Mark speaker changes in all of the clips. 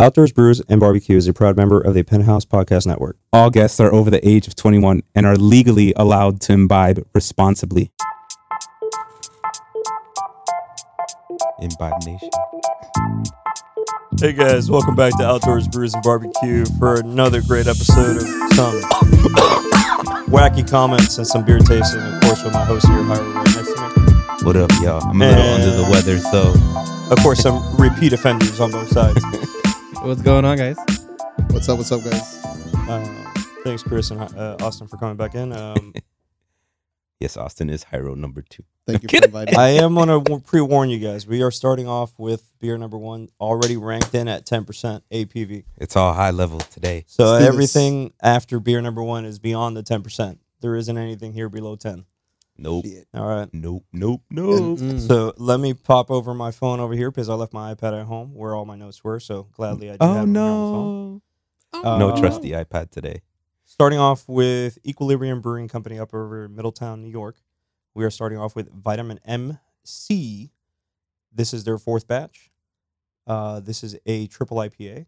Speaker 1: Outdoors Brews and Barbecue is a proud member of the Penthouse Podcast Network.
Speaker 2: All guests are over the age of 21 and are legally allowed to imbibe responsibly. Imbibe Nation.
Speaker 1: Hey guys, welcome back to Outdoors Brews and Barbecue for another great episode of some wacky comments and some beer tasting, of course, with my host here, Hiram. right next to me.
Speaker 3: What up, y'all? I'm a little
Speaker 1: Man.
Speaker 3: under the weather, so
Speaker 1: Of course, some repeat offenders on both sides.
Speaker 4: What's going on, guys?
Speaker 5: What's up? What's up, guys?
Speaker 1: Uh, thanks, Chris and uh, Austin, for coming back in. Um,
Speaker 3: yes, Austin is Hyro number two.
Speaker 5: Thank you for inviting me.
Speaker 1: I am going to pre warn you guys. We are starting off with beer number one, already ranked in at 10% APV.
Speaker 3: It's all high level today.
Speaker 1: So
Speaker 5: Let's do this.
Speaker 1: everything after beer number one is beyond the 10%. There isn't anything here below 10.
Speaker 3: Nope,
Speaker 5: Shit.
Speaker 1: All right.
Speaker 3: nope, nope, nope.
Speaker 5: Hmm. Mm.
Speaker 1: So let me pop over my phone over here because I left my iPad at home where all my notes were. So gladly I do
Speaker 3: Oh
Speaker 1: have them here on the phone.
Speaker 3: no,
Speaker 5: Um,
Speaker 1: Uh,
Speaker 3: no trusty iPad today.
Speaker 1: Starting off with Equilibrium Brewing Company up over in Middletown, New York. We are starting off with Vitamin MC. This is their fourth batch. Uh, this is a triple IPA,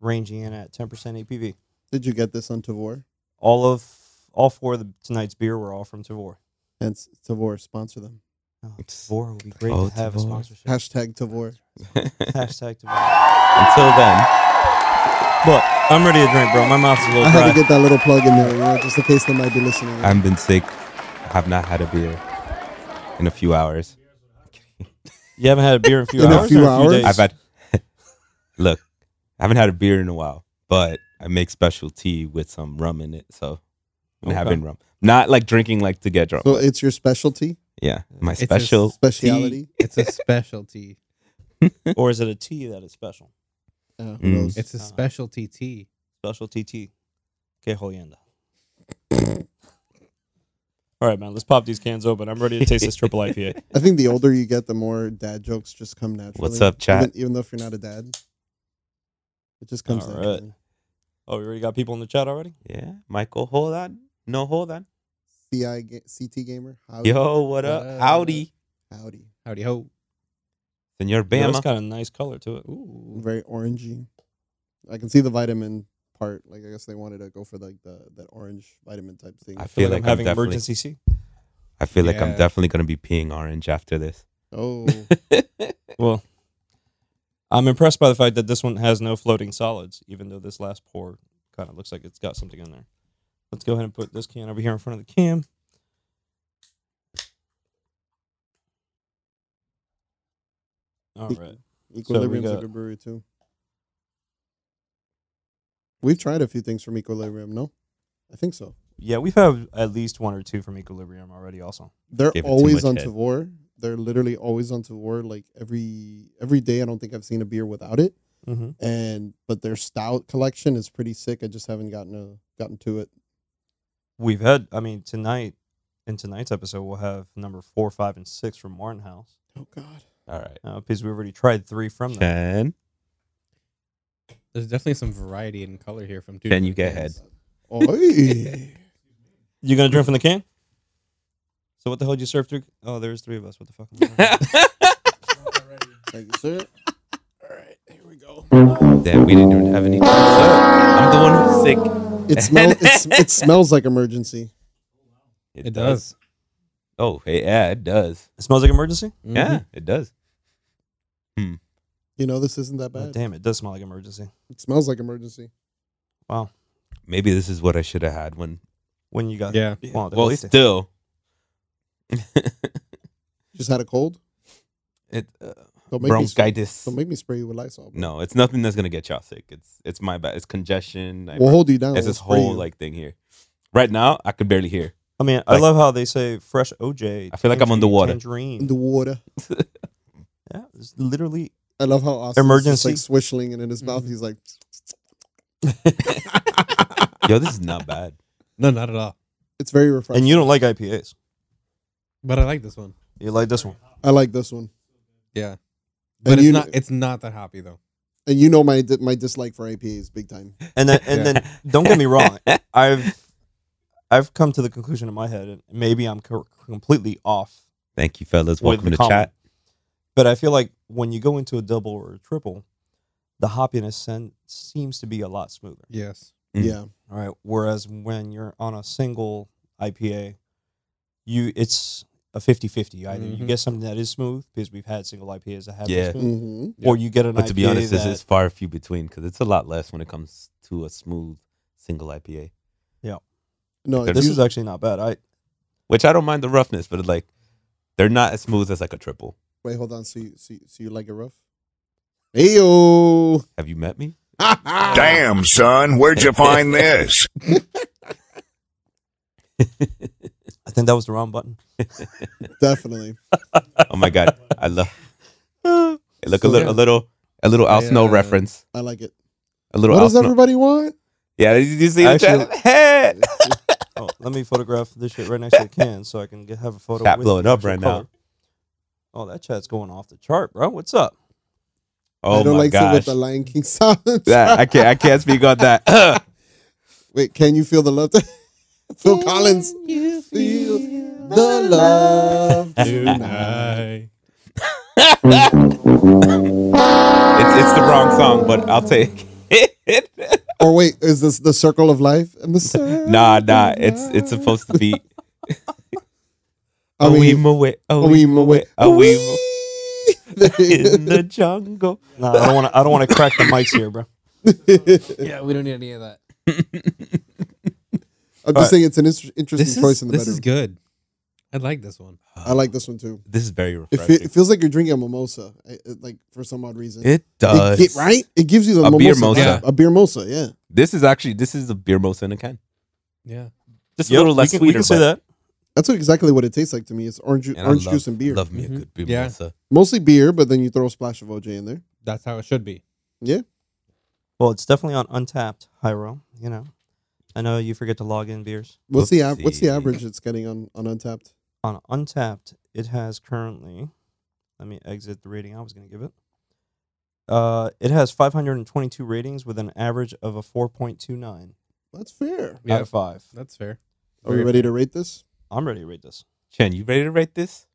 Speaker 1: ranging in at 10% APV.
Speaker 5: Did you get this on Tavor?
Speaker 1: All of all four of the, tonight's beer were all from Tavor.
Speaker 5: Hence, Tavor sponsor them.
Speaker 1: Oh,
Speaker 3: It's-
Speaker 1: Tavor would be great
Speaker 3: Oh,
Speaker 1: to have a
Speaker 3: Tavor.
Speaker 1: sponsorship.
Speaker 5: Hashtag Tavor.
Speaker 1: Hashtag Tavor.
Speaker 3: Until then,
Speaker 1: Look, I'm ready to drink, bro. My mouth's a
Speaker 5: I
Speaker 1: little
Speaker 5: had to
Speaker 1: dry.
Speaker 5: get that little plug in there, you know, just in case they might be listening.
Speaker 3: I've been sick. I have not had a beer in a few hours.
Speaker 1: You haven't had a beer in a few
Speaker 5: In a
Speaker 1: hours.
Speaker 5: few
Speaker 1: or
Speaker 5: hours?
Speaker 1: days?
Speaker 3: I've had. look, I haven't had a beer in a while, but I make special tea with some rum in it, so I'm
Speaker 1: Okay.
Speaker 3: having rum. Not like drinking, like to get drunk.
Speaker 5: so it's your specialty,
Speaker 3: yeah, my
Speaker 4: It's a
Speaker 3: special
Speaker 5: speciality.
Speaker 4: It's a specialty.
Speaker 1: or is it a tea that is special?
Speaker 5: Uh, who
Speaker 3: Mm.
Speaker 5: knows?
Speaker 4: It's a
Speaker 1: Uh,
Speaker 4: specialty tea.
Speaker 1: Specialty tea. Que joyenda. All right, man. Let's pop these cans open. I'm ready to taste this triple IPA.
Speaker 5: I think the older you get, the more dad jokes just come naturally.
Speaker 3: What's up, chat?
Speaker 5: Even, even though if you're not a dad, it just comes
Speaker 1: All right.
Speaker 5: naturally.
Speaker 1: Oh, we already got people in the chat already.
Speaker 3: Yeah, Michael, hold on. No, hold on.
Speaker 5: CI ga- CT gamer, howdy,
Speaker 3: Yo, what up?
Speaker 4: Oh, Uh,
Speaker 3: Howdy.
Speaker 5: howdy,
Speaker 4: Howdy ho.
Speaker 3: Senor
Speaker 1: Yeah,
Speaker 3: Bama.
Speaker 1: That's got a nice color to it.
Speaker 4: Ooh.
Speaker 5: very orangey. I can see the vitamin part. Like I guess they wanted to go for like the that orange vitamin type thing.
Speaker 3: I feel like
Speaker 1: I'm
Speaker 3: I'm
Speaker 1: having
Speaker 3: definitely-
Speaker 1: emergency C.
Speaker 3: I feel like I'm
Speaker 4: Yeah.
Speaker 3: definitely going to be peeing orange after this.
Speaker 5: Oh,
Speaker 1: Well, I'm impressed by the fact that this one has no floating solids, even though this last pour kind of looks like it's got something in there. Let's go ahead and put this can over here in front of the cam. All right.
Speaker 5: Equilibrium's
Speaker 1: got-
Speaker 5: a good brewery too. We've tried a few things from Equilibrium. No, I think so.
Speaker 1: Yeah, we've had at least one or two from Equilibrium already. Also,
Speaker 5: They're
Speaker 3: Give it too much
Speaker 5: always on
Speaker 3: head.
Speaker 5: Tavor. They're literally always on Tavor. Like every every day, I don't think I've seen a beer without it.
Speaker 1: mm-hmm.
Speaker 5: And but their stout collection is pretty sick. I just haven't gotten a, gotten to it.
Speaker 1: we've had. I mean, tonight in tonight's episode, we'll have number four, five, and six from Martin House
Speaker 5: Oh God,
Speaker 3: All right.
Speaker 1: uh, because we already tried three from them.
Speaker 3: Chen,
Speaker 4: There's definitely some variety in color here from two.
Speaker 3: Chen, you get
Speaker 4: different
Speaker 3: head.
Speaker 4: things.
Speaker 5: Oy.
Speaker 1: You gonna drink from the can? So what the hell did you serve through? Oh, there's three of us. What the fuck? am I doing?
Speaker 5: thank you, sir. All right, here we go.
Speaker 3: Damn, we didn't even have any. So, I'm the one who's sick.
Speaker 5: It smells. it smells like emergency.
Speaker 4: It does.
Speaker 3: Oh, hey, yeah, it does.
Speaker 1: it smells like emergency.
Speaker 3: Yeah,
Speaker 4: Mm-hmm.
Speaker 3: it does.
Speaker 5: You know, this isn't that
Speaker 1: Oh,
Speaker 5: bad.
Speaker 1: damn, it does smell like emergency.
Speaker 5: it smells like emergency.
Speaker 1: Wow.
Speaker 3: Maybe this is what I should have had when.
Speaker 1: When you got
Speaker 4: Mm-hmm. Yeah.
Speaker 1: Wow,
Speaker 3: Well,
Speaker 1: it's
Speaker 3: still.
Speaker 5: Just had a cold.
Speaker 3: it, uh,
Speaker 5: Don't make me. sp-
Speaker 3: bronchitis.
Speaker 5: Don't make me spray you with Lysol. bro.
Speaker 3: No, it's nothing that's going to get y'all sick. It's it's my bad. It's congestion. I-
Speaker 5: We'll hold you down.
Speaker 3: It's
Speaker 5: We'll
Speaker 3: this
Speaker 5: spray
Speaker 3: whole
Speaker 5: you.
Speaker 3: like thing here. Right now, I could barely hear.
Speaker 1: I mean, I
Speaker 3: Like-
Speaker 1: love how they say fresh OJ.
Speaker 3: I feel like I'm
Speaker 1: tangerine-
Speaker 3: underwater.
Speaker 5: in
Speaker 1: Tangerine.
Speaker 5: the water.
Speaker 1: Yeah, it's literally
Speaker 5: I love how Austin
Speaker 1: Emergency.
Speaker 5: like swishling and in his
Speaker 3: Mm-hmm.
Speaker 5: mouth he's like,
Speaker 3: Yo, this is not bad.
Speaker 4: No, not at all.
Speaker 5: it's very refreshing.
Speaker 1: And you don't like IPAs.
Speaker 4: But I like this one.
Speaker 1: You like this one.
Speaker 5: I like this one.
Speaker 4: Yeah. But it's
Speaker 5: you-
Speaker 4: not it's not that hoppy though.
Speaker 5: And you know my di- my dislike for IPAs big time.
Speaker 1: And then, and
Speaker 4: Yeah.
Speaker 1: then, don't get me wrong. I've I've come to the conclusion in my head, and maybe I'm co- completely off
Speaker 3: Thank you, fellas.
Speaker 1: with
Speaker 3: Welcome
Speaker 1: the
Speaker 3: to
Speaker 1: comment.
Speaker 3: chat.
Speaker 1: But I feel like when you go into a double or a triple, the hoppiness sen- seems to be a lot smoother.
Speaker 4: Yes.
Speaker 3: Mm.
Speaker 5: Yeah.
Speaker 1: All right. Whereas when you're on a single IPA, you it's a 50-50. Either you
Speaker 4: Mhm.
Speaker 1: get something that is smooth because we've had single IPAs that have been
Speaker 3: Mm-hmm. Yeah.
Speaker 1: smooth,
Speaker 5: hmm
Speaker 1: or you get an
Speaker 3: But
Speaker 1: IPA
Speaker 3: to be honest, this
Speaker 1: that
Speaker 3: is far few between because it's a lot less when it comes to a smooth single IPA.
Speaker 5: No,
Speaker 3: This
Speaker 5: it's
Speaker 1: this
Speaker 5: usu-
Speaker 1: is actually not bad. I
Speaker 3: Which I don't mind the roughness, but like they're not as smooth as like a triple.
Speaker 5: wait, hold on. So you, so you, so you like it rough? Ayo.
Speaker 3: Have you met me?
Speaker 6: Damn, son, where'd you find this?
Speaker 1: I think that was the wrong button.
Speaker 5: Definitely.
Speaker 3: Oh my god, I love. Hey, look a
Speaker 5: So-
Speaker 3: little, a little, a little Al Snow
Speaker 1: uh,
Speaker 4: Yeah.
Speaker 3: reference.
Speaker 5: I like it.
Speaker 3: A little
Speaker 5: What
Speaker 3: Al
Speaker 5: does
Speaker 3: Snow.
Speaker 5: everybody want?
Speaker 3: yeah, did you see the
Speaker 1: Actually-
Speaker 3: chat? Hey!
Speaker 1: Oh, let me photograph this shit right next to the can so I can get, have a photo.
Speaker 3: Chat
Speaker 1: with
Speaker 3: blowing
Speaker 1: the
Speaker 3: up
Speaker 1: actual
Speaker 3: right now.
Speaker 1: color. Oh, that chat's going off the chart, bro. What's up?
Speaker 3: Oh
Speaker 5: I don't
Speaker 3: my
Speaker 5: like it
Speaker 3: gosh,
Speaker 5: with the Lion King sounds.
Speaker 3: that, I can't, I can't speak on that.
Speaker 5: Wait, can you feel the love? Phil Collins.
Speaker 4: You
Speaker 5: Feel the love tonight.
Speaker 4: Tonight.
Speaker 3: It's, it's the wrong song, but I'll take it.
Speaker 5: Or wait, is this the circle of life? And the circle
Speaker 3: nah, nah,
Speaker 5: of
Speaker 3: it's it's
Speaker 5: life.
Speaker 3: supposed to be.
Speaker 5: I mean,
Speaker 3: away,
Speaker 5: a wee away,
Speaker 3: a wee in
Speaker 5: wee.
Speaker 3: the jungle.
Speaker 1: Nah, I don't want to. I don't want to crack the mics here, bro.
Speaker 4: Yeah, we don't need any of that.
Speaker 5: I'm
Speaker 1: Alright.
Speaker 5: just saying it's an inter- interesting
Speaker 4: This
Speaker 5: choice
Speaker 4: is,
Speaker 5: in the
Speaker 4: this is
Speaker 5: bedroom.
Speaker 4: good. I like this one.
Speaker 5: I like this one too.
Speaker 3: This is very
Speaker 5: It,
Speaker 3: refreshing.
Speaker 5: fe- it feels like you're drinking a mimosa, I- it- like for some odd reason.
Speaker 3: It does.
Speaker 5: It gi- right? It gives you the
Speaker 3: A beer
Speaker 5: mimosa vibe.
Speaker 4: mosa.
Speaker 5: A beer mosa, yeah.
Speaker 3: This is actually this is a beer most in a can.
Speaker 4: Yeah.
Speaker 3: Just
Speaker 1: Yep,
Speaker 3: a little less
Speaker 1: we can,
Speaker 3: sweeter.
Speaker 1: We can say
Speaker 3: but-
Speaker 1: that.
Speaker 5: That's what- exactly what it tastes like to me. It's orange, ju-
Speaker 3: and I
Speaker 5: orange
Speaker 3: love-
Speaker 5: juice and beer,
Speaker 3: Love
Speaker 1: Mm-hmm.
Speaker 3: me a
Speaker 4: Mhm.
Speaker 3: good beer
Speaker 4: Yeah.
Speaker 3: mosa.
Speaker 5: mostly beer, but then you throw a splash of OJ in there.
Speaker 4: That's how it should be.
Speaker 1: Well, it's definitely on Untapped, Hyro. You know, I know you forget to log in beers
Speaker 5: What's the av- what's the
Speaker 3: Oopsie.
Speaker 5: average it's getting on on Untapped?
Speaker 1: on Untapped. It has currently. Let me exit the rating I was going to give it. Uh, it has 522 ratings with an average of a 4.29
Speaker 5: That's fair.
Speaker 1: out
Speaker 4: Yeah,
Speaker 1: of five.
Speaker 4: that's fair.
Speaker 5: Are we ready to rate this?
Speaker 1: I'm ready to rate this.
Speaker 3: Chen, you ready to rate this?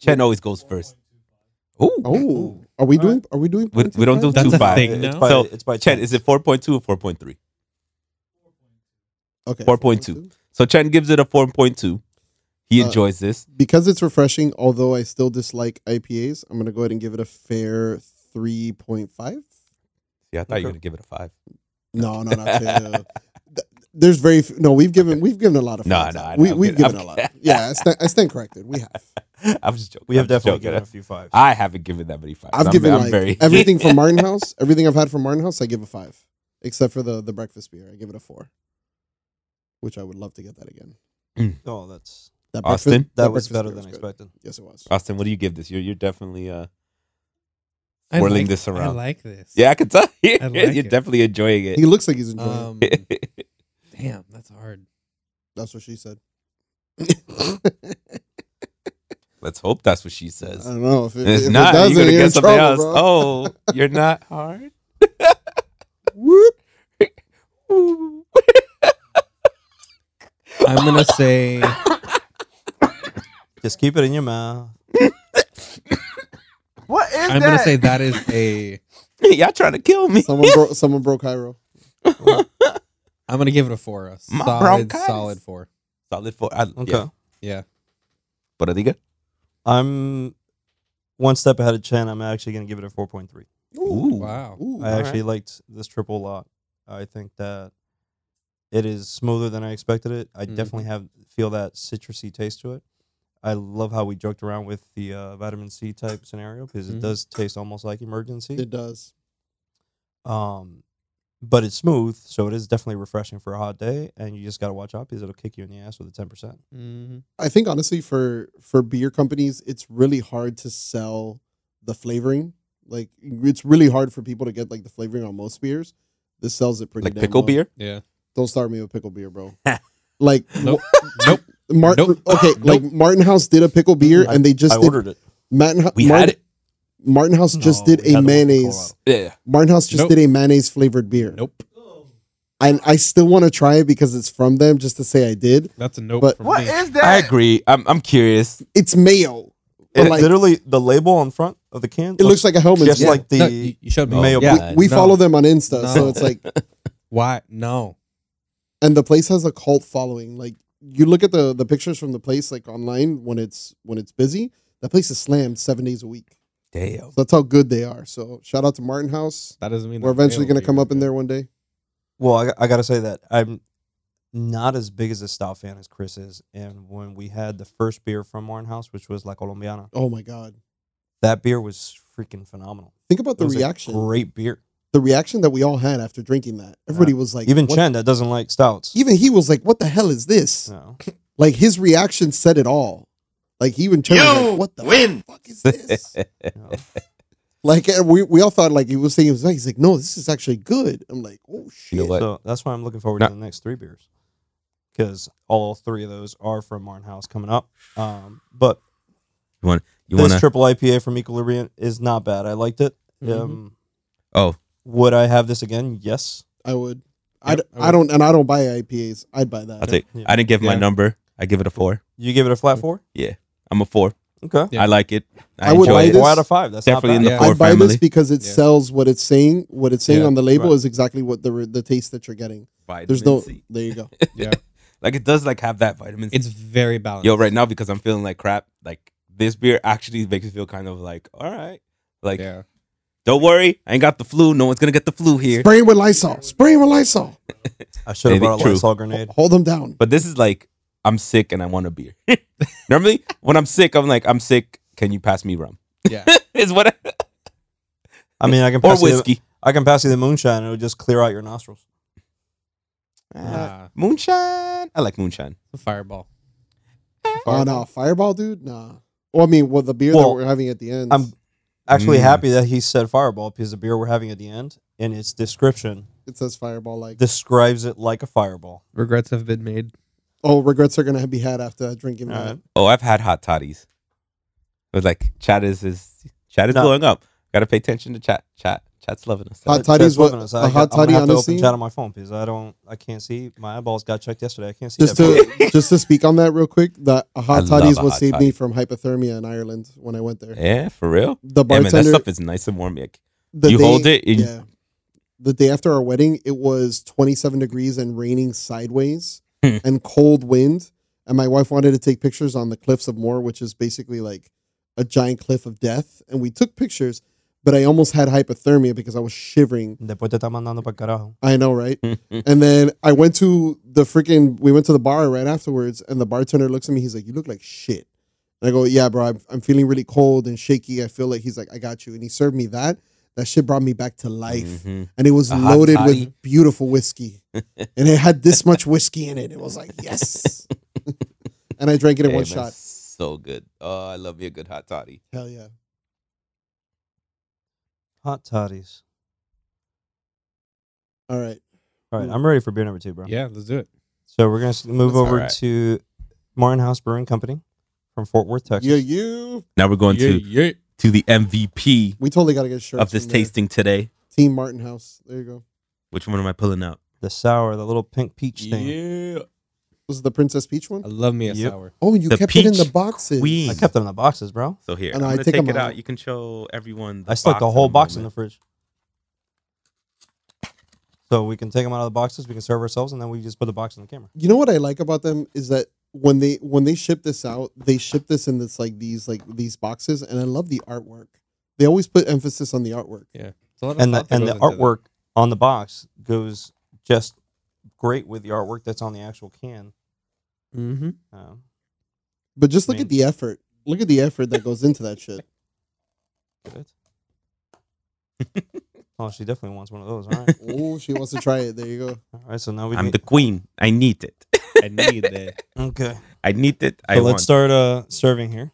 Speaker 3: Chen always goes first. Ooh.
Speaker 5: Oh, are we doing? Are we doing?
Speaker 3: We- we don't do
Speaker 5: 0.25?
Speaker 3: That's
Speaker 4: That's
Speaker 3: Two
Speaker 4: a
Speaker 3: a five.
Speaker 4: thing
Speaker 1: It's
Speaker 4: now.
Speaker 1: by,
Speaker 3: So,
Speaker 1: it's by
Speaker 3: Chen,
Speaker 1: ten.
Speaker 3: is it 4.2 or 4.3?
Speaker 5: Okay,
Speaker 3: 4.2. So Chen gives it a 4.2. He
Speaker 5: Uh,
Speaker 3: enjoys this.
Speaker 5: Because it's refreshing, although I still dislike IPAs, I'm gonna go ahead and give it a fair three point five.
Speaker 3: Yeah, I thought you were
Speaker 1: okay.
Speaker 3: gonna give it a five.
Speaker 5: No, no, not two. Th- There's very f- no. We've given we've given a lot of.
Speaker 3: No,
Speaker 5: fives
Speaker 3: no,
Speaker 5: out.
Speaker 3: I know,
Speaker 5: we,
Speaker 3: I'm
Speaker 5: we've
Speaker 3: kidding,
Speaker 5: given
Speaker 3: I'm
Speaker 5: a lot. Of, yeah, I stand, I stand corrected. We have.
Speaker 3: I'm just joking.
Speaker 1: We have
Speaker 3: I'm just
Speaker 1: definitely
Speaker 3: joking.
Speaker 1: given a few fives.
Speaker 3: I haven't given that many fives.
Speaker 5: I've
Speaker 3: I'm-
Speaker 5: given
Speaker 3: I'm
Speaker 5: like
Speaker 3: very-
Speaker 5: everything from Martin House. Everything I've had from Martin House, I give a five, except for the the breakfast beer. I give it a four, which I would love to get that again.
Speaker 1: oh, that's
Speaker 5: That
Speaker 3: Austin?
Speaker 5: breakfast-
Speaker 1: that was
Speaker 5: breakfast
Speaker 1: better
Speaker 5: beer
Speaker 1: than
Speaker 5: good.
Speaker 1: expected.
Speaker 5: Yes, it was.
Speaker 3: Austin, what do you give this? You're you're definitely uh
Speaker 4: I
Speaker 3: Whirling
Speaker 4: like-
Speaker 3: this
Speaker 4: I
Speaker 3: around.
Speaker 4: like this.
Speaker 3: Yeah, I can tell. you're
Speaker 4: it.
Speaker 3: definitely enjoying it.
Speaker 5: He looks like he's enjoying. it.
Speaker 4: Um, damn, that's hard.
Speaker 5: That's what she said.
Speaker 3: Let's hope that's what she
Speaker 5: I
Speaker 3: says.
Speaker 5: don't know Uh, if it,
Speaker 3: it's
Speaker 5: if
Speaker 3: not.
Speaker 5: It doesn't,
Speaker 3: you're gonna
Speaker 5: you're
Speaker 3: get
Speaker 5: in
Speaker 3: something else.
Speaker 5: trouble, bro.
Speaker 3: Oh, you're not hard.
Speaker 5: Whoop.
Speaker 3: Ooh.
Speaker 4: I'm gonna say
Speaker 1: Just keep it in your mouth.
Speaker 3: What is
Speaker 4: I'm gonna say that is a
Speaker 3: Y'all trying to kill me?
Speaker 5: Someone broke. Someone broke Cairo.
Speaker 4: I'm gonna give it a four. A
Speaker 3: My
Speaker 4: solid,
Speaker 3: bronchitis.
Speaker 4: solid four.
Speaker 3: Solid four. I,
Speaker 1: Okay.
Speaker 3: Yeah.
Speaker 4: Yeah.
Speaker 3: But I think
Speaker 1: I'm one step ahead of Chen. I'm actually going to give it a 4.3.
Speaker 3: Ooh.
Speaker 4: Wow.
Speaker 5: Ooh.
Speaker 1: I
Speaker 3: All
Speaker 1: actually liked this triple a lot. I think that it is smoother than I expected it. I
Speaker 4: Mhm.
Speaker 1: definitely have feel that citrusy taste to it. I love how we joked around with the uh, vitamin C type scenario because it
Speaker 4: Mhm.
Speaker 1: does taste almost like emergency.
Speaker 5: It does.
Speaker 1: Um, but it's smooth, so it is definitely refreshing for a hot day. And you just got to watch out because it'll kick you in the ass with a ten percent.
Speaker 4: Mhm.
Speaker 5: I think honestly, for for beer companies, it's really hard to sell the flavoring. Like it's really hard for people to get like the flavoring on most beers. This sells it pretty.
Speaker 3: like
Speaker 5: damn
Speaker 3: pickle
Speaker 5: well.
Speaker 3: beer.
Speaker 4: Yeah.
Speaker 5: Don't start me with pickle beer, bro. like
Speaker 4: Nope.
Speaker 5: nope. Martin.
Speaker 4: Nope.
Speaker 5: Okay, like Martin House did a pickle beer, and they just
Speaker 1: I
Speaker 5: did.
Speaker 1: ordered it.
Speaker 5: Martin,
Speaker 3: We
Speaker 5: Martin,
Speaker 3: had it.
Speaker 5: Martin House just
Speaker 1: No,
Speaker 5: did
Speaker 1: we
Speaker 5: a
Speaker 1: had the one from
Speaker 5: mayonnaise.
Speaker 1: Colorado.
Speaker 3: Yeah.
Speaker 5: Martin House just
Speaker 4: Nope.
Speaker 5: did a mayonnaise flavored beer.
Speaker 4: Nope.
Speaker 5: And I still want to try it because it's from them, just to say I did.
Speaker 4: That's a nope
Speaker 5: But-
Speaker 4: from me.
Speaker 3: I agree. I'm I'm curious.
Speaker 5: It's mayo. But
Speaker 1: It
Speaker 5: like-
Speaker 1: literally the label on front of the can.
Speaker 5: It looks like a helmet.
Speaker 1: just
Speaker 5: yeah.
Speaker 1: like the
Speaker 4: No, you, you showed me.
Speaker 1: mayo
Speaker 4: yeah,
Speaker 1: blue-
Speaker 5: we
Speaker 4: no.
Speaker 5: follow them on Insta,
Speaker 4: No.
Speaker 5: so it's like,
Speaker 4: Why? No.
Speaker 5: and the place has a cult following. Like you look at the the pictures from the place, like online when it's when it's busy. That place is slammed seven days a week.
Speaker 3: Damn.
Speaker 5: that's how good they are. So shout out to Martin House.
Speaker 4: That doesn't mean
Speaker 5: We're
Speaker 4: that
Speaker 5: eventually
Speaker 4: mayo
Speaker 5: gonna
Speaker 4: blue
Speaker 5: come up in
Speaker 4: is
Speaker 5: there one day.
Speaker 1: Well, I, I gotta say that I'm not as big as a stout fan as Chris is. And when we had the first beer from Warren House, which was La Colombiana,
Speaker 5: Oh my god!
Speaker 1: that beer was freaking phenomenal.
Speaker 5: Think about
Speaker 1: It
Speaker 5: the
Speaker 1: was a
Speaker 5: reaction.
Speaker 1: great beer.
Speaker 5: the reaction that we all had after drinking that. Everybody was like,
Speaker 1: Even
Speaker 5: what-
Speaker 1: Chen that doesn't like stouts.
Speaker 5: even he was like, "What the hell is this?"
Speaker 1: No.
Speaker 5: Like his reaction said it all. Like he even Chen was like, "What the fuck is this?"
Speaker 1: no.
Speaker 5: like and we we all thought like he was saying it was like he's like, "No, this is actually good." I'm like, "Oh shit!"
Speaker 3: know what?
Speaker 1: So that's why I'm looking forward
Speaker 3: Nah.
Speaker 1: to the next three beers because all three of those are from Martin House coming up. Um, but
Speaker 3: You
Speaker 1: this
Speaker 3: want to?
Speaker 1: triple IPA from Equilibrium is not bad. I liked it.
Speaker 4: Mhm.
Speaker 5: Mm-hmm.
Speaker 1: Um,
Speaker 3: Oh,
Speaker 1: would I have this again? Yes.
Speaker 5: I would. I,
Speaker 4: Yep,
Speaker 5: d-
Speaker 4: I
Speaker 5: I
Speaker 4: would.
Speaker 5: don't and I don't buy IPAs. I'd buy that.
Speaker 3: I'll take.
Speaker 1: Yeah.
Speaker 3: I didn't give my
Speaker 4: Yeah.
Speaker 3: number. I give it a four.
Speaker 1: You give it a flat
Speaker 3: Mm.
Speaker 1: four?
Speaker 3: I'm a four.
Speaker 1: Okay.
Speaker 4: Yeah.
Speaker 3: I like it. I,
Speaker 5: I would
Speaker 3: enjoy
Speaker 5: buy
Speaker 3: it.
Speaker 5: this-
Speaker 1: Four out of five. That's
Speaker 3: Definitely in
Speaker 1: not
Speaker 3: the
Speaker 1: bad.
Speaker 4: Yeah.
Speaker 3: four
Speaker 5: I'd buy
Speaker 3: family.
Speaker 5: this because it
Speaker 4: Yeah.
Speaker 5: sells what it's saying. What it's saying
Speaker 4: Yeah,
Speaker 5: on the label
Speaker 1: right.
Speaker 5: is exactly what the re- the taste that you're getting.
Speaker 3: Vitamin
Speaker 5: There's no.
Speaker 3: C.
Speaker 5: There you go.
Speaker 3: like it does like have that vitamin. C.
Speaker 4: It's very balanced.
Speaker 3: Yo, right now because I'm feeling like crap. Like this beer actually makes me feel kind of like all right. Like
Speaker 4: yeah.
Speaker 3: don't worry, I ain't got the flu. No one's gonna get the flu here.
Speaker 5: Spray 'em with Lysol. Spray 'em with Lysol.
Speaker 1: I should have
Speaker 3: Maybe
Speaker 1: brought a
Speaker 3: true.
Speaker 1: Lysol grenade.
Speaker 5: Hold them down.
Speaker 3: But this is like I'm sick and I want a beer. Normally when I'm sick, I'm like I'm sick. Can you pass me rum?
Speaker 4: Yeah.
Speaker 3: is what I,
Speaker 1: I mean, I can
Speaker 3: or
Speaker 1: pass you the,
Speaker 3: whiskey.
Speaker 1: I can pass you the moonshine and it'll just clear out your nostrils.
Speaker 3: Ah,
Speaker 4: Nah,
Speaker 3: moonshine. I like moonshine.
Speaker 4: the fireball.
Speaker 5: Oh no, Fireball, dude. Nah. Well, I mean, well, the beer
Speaker 1: Well,
Speaker 5: that we're having at the end
Speaker 1: I'm actually
Speaker 3: Mm.
Speaker 1: happy that he said fireball because the beer we're having at the end in its description
Speaker 5: it says Fireball. Like,
Speaker 1: describes it like a fireball.
Speaker 4: Regrets have been made.
Speaker 5: oh, regrets are gonna be had after drinking
Speaker 1: All
Speaker 5: that.
Speaker 1: right.
Speaker 3: Oh, I've had hot toddies. But like chat is is chat is
Speaker 1: No.
Speaker 3: blowing up. Gotta pay attention to chat. Chat chat's loving us.
Speaker 5: Hot
Speaker 1: That-
Speaker 5: toddy's
Speaker 1: that's
Speaker 5: what-
Speaker 1: loving us.
Speaker 5: a
Speaker 1: I,
Speaker 5: hot
Speaker 1: hot toddy
Speaker 5: toddy
Speaker 1: have
Speaker 5: on
Speaker 1: to
Speaker 5: the
Speaker 1: open
Speaker 5: scene?
Speaker 1: chat on my phone because I don't, I can't see. My eyeballs got checked yesterday. I can't see
Speaker 5: Just
Speaker 1: that. far.
Speaker 5: to just to speak on that real quick, that a
Speaker 3: I
Speaker 5: hot
Speaker 3: love
Speaker 5: toddy is
Speaker 3: a
Speaker 5: what
Speaker 3: hot
Speaker 5: saved
Speaker 3: toddy.
Speaker 5: me from hypothermia in Ireland when I went there.
Speaker 3: yeah, for real.
Speaker 5: The
Speaker 3: Yeah, man, that
Speaker 5: bartender,
Speaker 3: stuff is nice and warm. Like,
Speaker 5: the
Speaker 3: you
Speaker 5: day-
Speaker 3: hold it, and you-
Speaker 5: Yeah. The day after our wedding, it was 27 degrees and raining sideways
Speaker 3: Hmm.
Speaker 5: and cold wind. And my wife wanted to take pictures on the cliffs of Moore, which is basically like a giant cliff of death. And we took pictures, but I almost had hypothermia because I was shivering.
Speaker 1: Después te está mandando para carajo.
Speaker 5: I know, right? And then I went to the freaking. We went to the bar right afterwards, and the bartender looks at me. He's like, "You look like shit." And I go, "Yeah, bro. I'm, I'm feeling really cold and shaky. I feel like." He's like, "I got you." And he served me that. That shit brought me back to life,
Speaker 3: Mhm.
Speaker 5: and it was
Speaker 3: A hot
Speaker 5: loaded
Speaker 3: toddy.
Speaker 5: with beautiful whiskey, and it had this much whiskey in it. It was like yes. and I drank it in
Speaker 3: Hey,
Speaker 5: one
Speaker 3: man,
Speaker 5: shot.
Speaker 3: So good. Oh, I love me a good hot toddy.
Speaker 5: Hell yeah.
Speaker 1: Hot toddies.
Speaker 5: All right.
Speaker 1: All right,
Speaker 5: Mm.
Speaker 1: I'm ready for beer number two, bro.
Speaker 4: Yeah, let's do it.
Speaker 1: So we're gonna s- move
Speaker 3: That's
Speaker 1: over
Speaker 3: alright.
Speaker 1: to Martin House Brewing Company from Fort Worth, Texas.
Speaker 5: Yeah, you.
Speaker 3: Now we're going to
Speaker 4: Yeah, yeah.
Speaker 3: to the MVP
Speaker 5: We totally got to get shirts
Speaker 3: of this
Speaker 5: from there.
Speaker 3: tasting today.
Speaker 5: Team Martin House. There you go.
Speaker 3: Which one am I pulling out?
Speaker 1: The sour, the little pink peach thing.
Speaker 4: Yeah.
Speaker 5: This is the Princess Peach one.
Speaker 4: I love me a
Speaker 1: Yep.
Speaker 4: sour.
Speaker 5: Oh, you
Speaker 3: The
Speaker 5: kept it in the
Speaker 3: peach
Speaker 5: boxes.
Speaker 3: queen.
Speaker 1: I kept them in the boxes, bro.
Speaker 3: So here,
Speaker 5: Oh,
Speaker 3: I'm
Speaker 5: no, I
Speaker 3: gonna
Speaker 5: take
Speaker 3: take,
Speaker 5: 'em
Speaker 3: it
Speaker 5: out.
Speaker 3: out. You can show everyone. The
Speaker 1: I stuck the
Speaker 3: box
Speaker 1: whole
Speaker 3: in a
Speaker 1: box in the
Speaker 3: moment.
Speaker 1: fridge. So we can take them out of the boxes, we can serve ourselves, and then we just put the box on the camera.
Speaker 5: you know what I like about them is that when they when they ship this out, they ship this in this like these like these boxes, and I love the artwork. They always put emphasis on the artwork.
Speaker 4: It's a lot of
Speaker 1: And the,
Speaker 4: thought that
Speaker 1: and the
Speaker 4: goes into that.
Speaker 1: artwork on the box goes just great with the artwork that's on the actual can.
Speaker 5: Mm-hmm.
Speaker 4: Mhm.
Speaker 1: Um,
Speaker 5: But just look
Speaker 1: Man.
Speaker 5: at the effort. Look at the effort that goes into that shit.
Speaker 1: good. oh, she definitely wants one of those. All right.
Speaker 5: Oh, she wants to try it. There you go.
Speaker 1: All right. So now we
Speaker 3: I'm
Speaker 1: need-
Speaker 3: the queen. I need it.
Speaker 4: I need that.
Speaker 1: okay.
Speaker 3: I need it. I
Speaker 1: So
Speaker 3: want.
Speaker 1: let's start uh, serving here.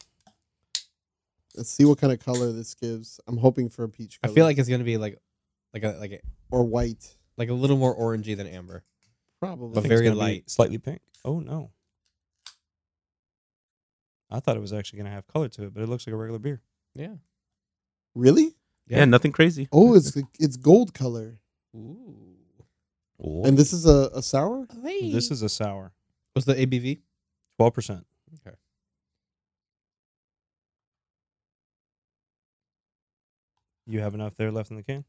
Speaker 5: Let's see what kind of color this gives. I'm hoping for a peach.
Speaker 4: I
Speaker 5: Color
Speaker 4: feel like it's gonna be like, like a like a
Speaker 5: or white,
Speaker 4: like a little more orangey than amber.
Speaker 5: probably.
Speaker 4: But
Speaker 1: think it's
Speaker 4: very
Speaker 1: gonna be
Speaker 4: light.
Speaker 1: slightly pink. Oh no. I thought it was actually gonna have color to it, but it looks like a regular beer.
Speaker 4: Yeah.
Speaker 5: really?
Speaker 3: yeah. nothing crazy.
Speaker 5: Oh, it's it's gold color,
Speaker 4: Ooh.
Speaker 5: and this is a, a sour.
Speaker 1: This is a sour,
Speaker 4: What's the ABV?
Speaker 1: twelve percent. You have enough there left in the can.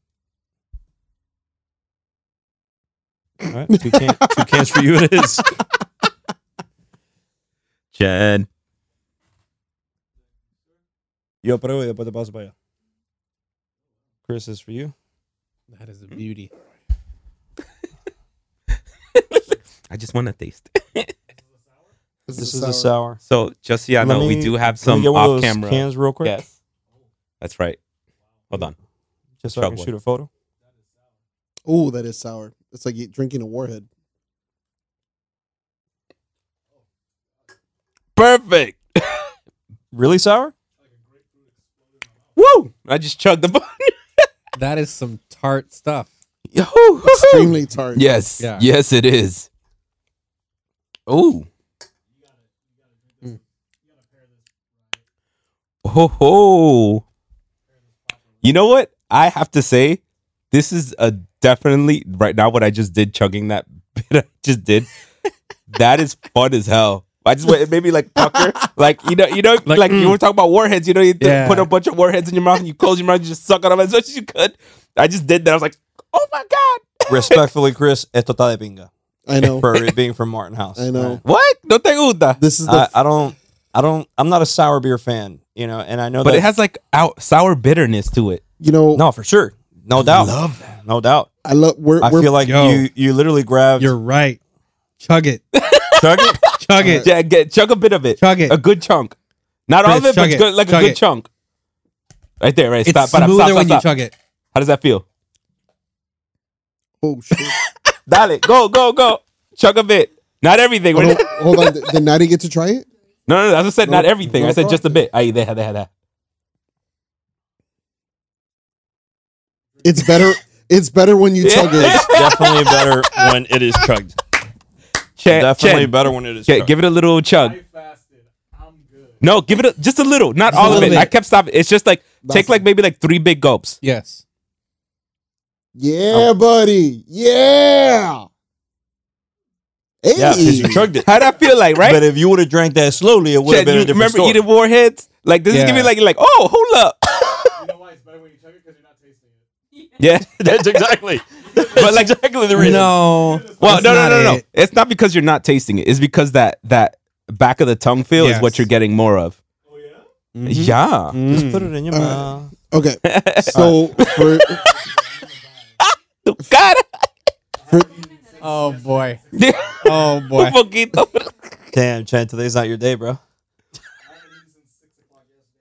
Speaker 1: All right, two, can- two cans for you. It is.
Speaker 3: Jen.
Speaker 1: Yo pruebo y después te paso para allá. Chris is for you.
Speaker 4: That
Speaker 3: Mm.
Speaker 4: is a beauty.
Speaker 3: I just want to taste.
Speaker 1: This is a sour.
Speaker 3: So just so yeah,
Speaker 1: Let
Speaker 3: no, we
Speaker 1: me-
Speaker 3: do have
Speaker 1: Can we
Speaker 3: some
Speaker 1: get one of
Speaker 3: off
Speaker 1: those
Speaker 3: camera.
Speaker 1: cans real quick,
Speaker 3: Yes, that's right. Hold on.
Speaker 1: just so I can
Speaker 3: Trouble.
Speaker 1: shoot a photo.
Speaker 5: Oh, that is sour. It's like you- drinking a warhead.
Speaker 3: Perfect.
Speaker 1: Really sour?
Speaker 3: Woo! I just chugged the bun.
Speaker 4: That is some tart stuff.
Speaker 3: Yo.
Speaker 5: Extremely tart.
Speaker 3: Yes.
Speaker 4: Yeah.
Speaker 3: Yes, it is. Oh.
Speaker 4: Mm.
Speaker 3: Ho ho. You know what? I have to say, this is a definitely right now what I just did chugging that bit I just did. that is fun as hell. I just went, it made me like pucker. like you know, you know, like,
Speaker 4: Like,
Speaker 3: you
Speaker 4: mm.
Speaker 3: were talking about warheads, you know, you th-
Speaker 4: Yeah.
Speaker 3: put a bunch of warheads in your mouth and you close your mouth, you just suck on them as much as you could. I just did that. I was like, oh my God.
Speaker 1: Respectfully, Chris, esto está de pinga.
Speaker 5: I know.
Speaker 1: For it being from Martin House.
Speaker 5: I know.
Speaker 1: All right.
Speaker 3: What? No te gusta.
Speaker 5: This is the.
Speaker 1: I, I don't. I don't. I'm not a sour beer fan, you know, and I know
Speaker 3: But
Speaker 1: that.
Speaker 3: it has like out, sour bitterness to it.
Speaker 5: you know.
Speaker 1: no, for sure, no doubt, no doubt.
Speaker 5: I love. We're,
Speaker 1: I
Speaker 5: we're
Speaker 1: feel like
Speaker 4: Yo.
Speaker 1: you you literally grabbed
Speaker 4: You're right. Chug it.
Speaker 1: chug it.
Speaker 4: Chug it.
Speaker 3: Yeah, get chunk a bit of it.
Speaker 4: Chug it.
Speaker 3: A good chunk. Not all of
Speaker 4: Chris,
Speaker 3: it, but
Speaker 4: chug it.
Speaker 3: good, like a
Speaker 4: Chug
Speaker 3: good
Speaker 4: it.
Speaker 3: chunk. Right there, right.
Speaker 4: It's
Speaker 3: Stop, stop,
Speaker 4: smoother
Speaker 3: stop,
Speaker 4: when
Speaker 3: stop,
Speaker 4: you
Speaker 3: stop.
Speaker 4: chug it.
Speaker 3: How does that feel?
Speaker 5: oh shit.
Speaker 3: Dale, go, go, go. Chunk a bit. Not everything.
Speaker 5: Hold
Speaker 3: We're
Speaker 5: on,
Speaker 3: not-
Speaker 5: hold on. Did, did Natty get to try it?
Speaker 3: No, no, no. I just said
Speaker 5: No,
Speaker 3: not everything.
Speaker 5: no
Speaker 3: I said just a
Speaker 5: problem.
Speaker 3: bit. Aye, they had, they had, they had.
Speaker 5: It's better. It's better when you chug it.
Speaker 1: Definitely better when it is chugged.
Speaker 3: Chen,
Speaker 1: Definitely
Speaker 3: Chen,
Speaker 1: better when it is
Speaker 3: gi-
Speaker 1: chugged.
Speaker 3: give it a little chug. No, give it a, just a little, not
Speaker 4: Just a
Speaker 3: all of it.
Speaker 4: little
Speaker 3: I
Speaker 4: bit.
Speaker 3: kept stopping. It's just like take
Speaker 5: That's-
Speaker 3: like maybe like three big gulps. Oh.
Speaker 4: Yes.
Speaker 5: Yeah, buddy. Yeah. Hey.
Speaker 1: yeah, because you chugged it.
Speaker 3: How'd I feel like, right?
Speaker 1: But if you would have drank that slowly, it would have
Speaker 3: Chen,
Speaker 1: been a
Speaker 3: you
Speaker 1: different
Speaker 3: remember
Speaker 1: story.
Speaker 3: eating warheads? Like this is giving
Speaker 4: Yeah.
Speaker 3: like you're like, oh, hold up. Yeah,
Speaker 1: That's exactly. That's
Speaker 3: like-
Speaker 1: exactly the reason.
Speaker 4: No.
Speaker 3: well,
Speaker 4: that's
Speaker 3: no, no,
Speaker 4: not
Speaker 3: no, no.
Speaker 4: it.
Speaker 3: It's not because you're not tasting it. It's because that that back of the tongue feel is what
Speaker 4: Yes.
Speaker 3: you're getting more of.
Speaker 1: Mm-hmm.
Speaker 4: Mhm.
Speaker 3: Yeah,
Speaker 1: Just
Speaker 4: Mm.
Speaker 1: put it in your
Speaker 5: All right.
Speaker 1: mouth.
Speaker 5: Okay. So for,
Speaker 3: God,
Speaker 5: for
Speaker 4: Oh boy.
Speaker 3: un
Speaker 4: Oh boy.
Speaker 3: poquito.
Speaker 1: Damn, Chen, today's not your day, bro.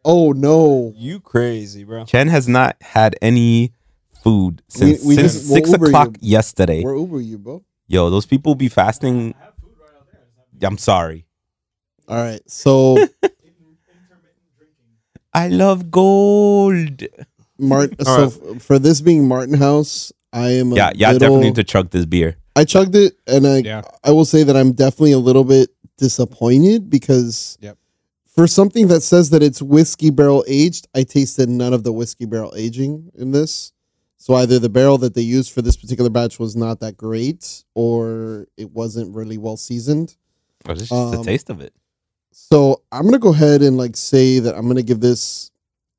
Speaker 5: oh no,
Speaker 1: You crazy, bro.
Speaker 3: Chen has not had any food
Speaker 5: We-
Speaker 3: since,
Speaker 5: we
Speaker 3: since
Speaker 5: just- we'll
Speaker 3: six
Speaker 5: Uber you.
Speaker 3: o'clock yesterday.
Speaker 5: we're Uber you, bro.
Speaker 3: Yo, those people be fasting. I'm sorry.
Speaker 5: All right. So
Speaker 3: I love gold.
Speaker 5: Martin.
Speaker 1: All
Speaker 5: so f- for this being Martin House, I am. A
Speaker 3: Yeah, yeah, I
Speaker 5: little-
Speaker 3: definitely need to chug this beer.
Speaker 5: I chugged it, and I
Speaker 4: Yeah.
Speaker 5: I will say that I'm definitely a little bit disappointed because
Speaker 4: Yep.
Speaker 5: for something that says that it's whiskey barrel aged, I tasted none of the whiskey barrel aging in this. So either the barrel that they used for this particular batch was not that great, or it wasn't really well seasoned.
Speaker 3: Oh, this is just the
Speaker 5: Um,
Speaker 3: taste of it.
Speaker 5: So I'm gonna go ahead and like say that I'm gonna give this.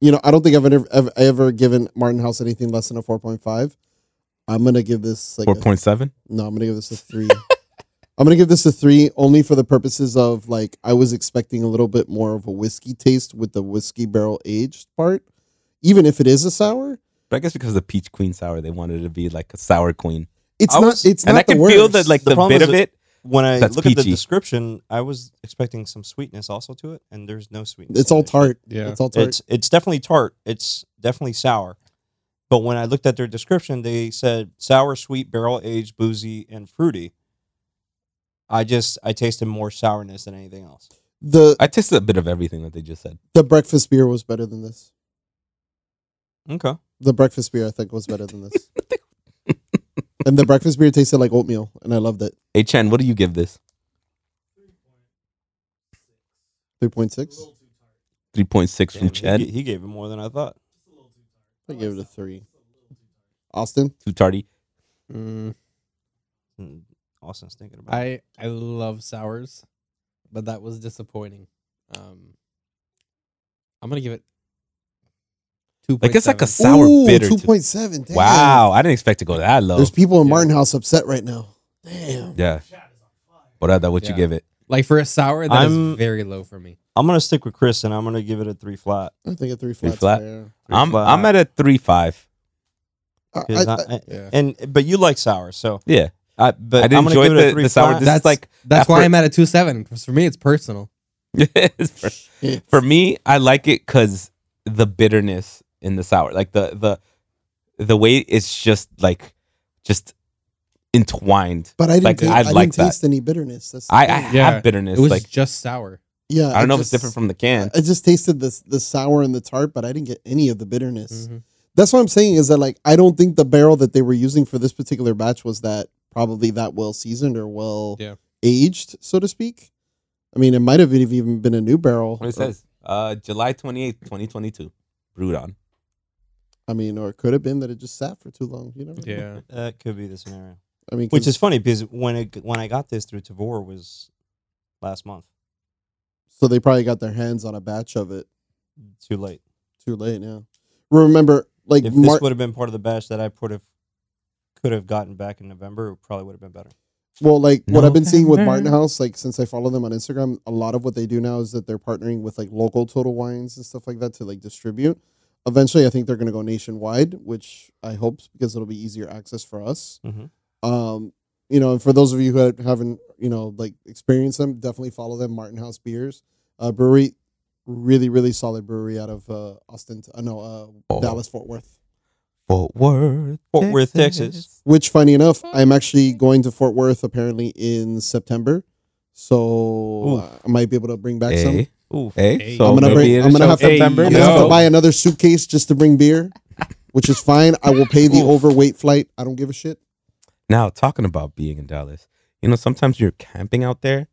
Speaker 5: You know, I don't think I've ever ever, ever given Martin House anything less than a 4.5. I'm gonna give this like
Speaker 3: Four
Speaker 5: a
Speaker 3: point seven.
Speaker 5: no, I'm gonna give this a three. I'm gonna give this a three only for the purposes of like I was expecting a little bit more of a whiskey taste with the whiskey barrel aged part, even if it is a sour.
Speaker 3: But I guess because the peach queen sour, they wanted it to be like a sour queen,
Speaker 5: It's
Speaker 1: I
Speaker 5: not.
Speaker 1: was-
Speaker 5: it's
Speaker 3: and
Speaker 5: not
Speaker 3: I can
Speaker 5: the worst.
Speaker 3: feel the like
Speaker 1: The
Speaker 3: the,
Speaker 1: problem
Speaker 3: bit
Speaker 1: is
Speaker 3: of it.
Speaker 1: When I
Speaker 3: That's
Speaker 1: look at the
Speaker 3: peachy.
Speaker 1: description, I was expecting some sweetness also to it, and there's no sweetness.
Speaker 5: it's all
Speaker 1: in
Speaker 5: tart.
Speaker 4: Yeah.
Speaker 5: It's all
Speaker 1: there.
Speaker 5: tart.
Speaker 1: It's it's definitely tart. It's definitely sour. But when I looked at their description, they said sour, sweet, barrel aged, boozy, and fruity. I just I tasted more sourness than anything else.
Speaker 5: the
Speaker 3: I tasted a bit of everything that they just said.
Speaker 5: the breakfast beer was better than this.
Speaker 1: Okay.
Speaker 5: The breakfast beer I think was better than this. and the breakfast beer tasted like oatmeal, and I loved it.
Speaker 3: Hey Chen, what do you give this?
Speaker 5: Three point six.
Speaker 3: Three point six from
Speaker 1: Damn,
Speaker 3: Chen.
Speaker 1: he, g- he gave it more than I thought.
Speaker 5: I gave it a three. Austin,
Speaker 3: Too tardy.
Speaker 4: Mm,
Speaker 1: Hmm, Austin's thinking about. it.
Speaker 4: I I love sours, but that was disappointing. Um, I'm gonna give it Two
Speaker 3: Like it's like a
Speaker 4: point
Speaker 3: sour bitter.
Speaker 5: Two
Speaker 3: too.
Speaker 5: point seven.
Speaker 3: Wow, I didn't expect to go that low.
Speaker 5: There's people in
Speaker 4: Yeah.
Speaker 5: Martin House upset right now. Damn.
Speaker 3: yeah. What other would you
Speaker 4: Yeah.
Speaker 3: give it?
Speaker 4: seven. like for a sour that is
Speaker 1: I'm-
Speaker 4: very low for me.
Speaker 1: I'm gonna stick with Chris and I'm gonna give it a three flat.
Speaker 5: I think a three
Speaker 3: Three
Speaker 5: flat.
Speaker 3: flat? I'm
Speaker 1: flat.
Speaker 3: I'm at a three five.
Speaker 5: I,
Speaker 1: 'Cause
Speaker 5: I-
Speaker 3: eh,
Speaker 1: I-
Speaker 4: Yeah.
Speaker 1: and but you like sour, so
Speaker 3: Yeah,
Speaker 1: I but
Speaker 3: I
Speaker 1: I'm
Speaker 3: didn't
Speaker 1: gonna
Speaker 3: enjoy
Speaker 1: give it a
Speaker 3: the,
Speaker 1: three
Speaker 3: the sour.
Speaker 1: flat.
Speaker 3: This is
Speaker 4: That's-
Speaker 3: like
Speaker 4: That's
Speaker 3: Effort-
Speaker 4: why I'm at a two seven. Because for me, it's personal.
Speaker 3: It's for-
Speaker 5: Yeah.
Speaker 3: for me, I like it because the bitterness in the sour, like the the the way it's just like just entwined.
Speaker 5: but I didn't.
Speaker 3: Like,
Speaker 5: ta-
Speaker 3: I
Speaker 5: I,
Speaker 3: like
Speaker 5: didn't
Speaker 3: that.
Speaker 5: taste any bitterness. That's the
Speaker 3: I, I
Speaker 5: thing.
Speaker 4: Yeah,
Speaker 3: have bitterness.
Speaker 4: it was
Speaker 3: like
Speaker 4: just sour.
Speaker 5: yeah.
Speaker 3: I don't know if it's
Speaker 5: just-
Speaker 3: different from the can.
Speaker 5: I just tasted this the sour and the tart, but I didn't get any of the bitterness.
Speaker 3: Mm-hmm.
Speaker 4: Mhm.
Speaker 5: That's what I'm saying is that like I don't think the barrel that they were using for this particular batch was that probably that well seasoned or well
Speaker 4: Yeah.
Speaker 5: aged, so to speak. I mean, it might have even been a new barrel.
Speaker 3: What
Speaker 5: or-
Speaker 3: it says, uh, July twenty eighth, twenty twenty two, brewed on.
Speaker 5: I mean, or it could have been that it just sat for too long. You never know.
Speaker 4: Yeah,
Speaker 1: That could be the scenario.
Speaker 5: I mean,
Speaker 1: Which
Speaker 5: 'cause-
Speaker 1: is funny because when it, when I got this through Tavor was last month.
Speaker 5: so they probably got their hands on a batch of it
Speaker 1: Too late.
Speaker 5: too late now. Remember, like
Speaker 1: If
Speaker 5: Mar-
Speaker 1: this would have been part of the batch that I put have could have gotten back in November, it probably would have been better.
Speaker 5: Well, like what I've been seeing with
Speaker 3: November.
Speaker 5: Martin House, like since I follow them on Instagram, a lot of what they do now is that they're partnering with like local Total Wines and stuff like that to like distribute. Eventually, I think they're going to go nationwide, which I hope because it'll be easier access for us.
Speaker 1: Mhm.
Speaker 5: Um, you know, and for those of you who ha- haven't, you know, like experienced them, definitely follow them. Martin House Beers uh, Brewery, really, really solid brewery out of uh, Austin. I uh, know uh,
Speaker 3: Oh.
Speaker 5: Dallas Fort Worth.
Speaker 3: Fort Worth,
Speaker 1: Fort Worth, Texas.
Speaker 5: Which, funny enough, I'm actually going to Fort Worth apparently in September, so uh, I might be able to bring back some.
Speaker 3: Hey,
Speaker 1: Oof.
Speaker 3: hey,
Speaker 4: Hey.
Speaker 3: so
Speaker 5: I'm
Speaker 3: maybe
Speaker 5: gonna bring-
Speaker 3: it
Speaker 5: I'm
Speaker 3: is
Speaker 5: gonna
Speaker 3: so-
Speaker 5: have to-
Speaker 3: Hey,
Speaker 4: I'm
Speaker 5: I'm gonna have to
Speaker 3: yo.
Speaker 5: buy another suitcase just to bring beer, which is fine. I will pay the
Speaker 3: Oof.
Speaker 5: overweight flight. I don't give a shit.
Speaker 3: Now, talking about being in Dallas, you know, sometimes you're camping out there.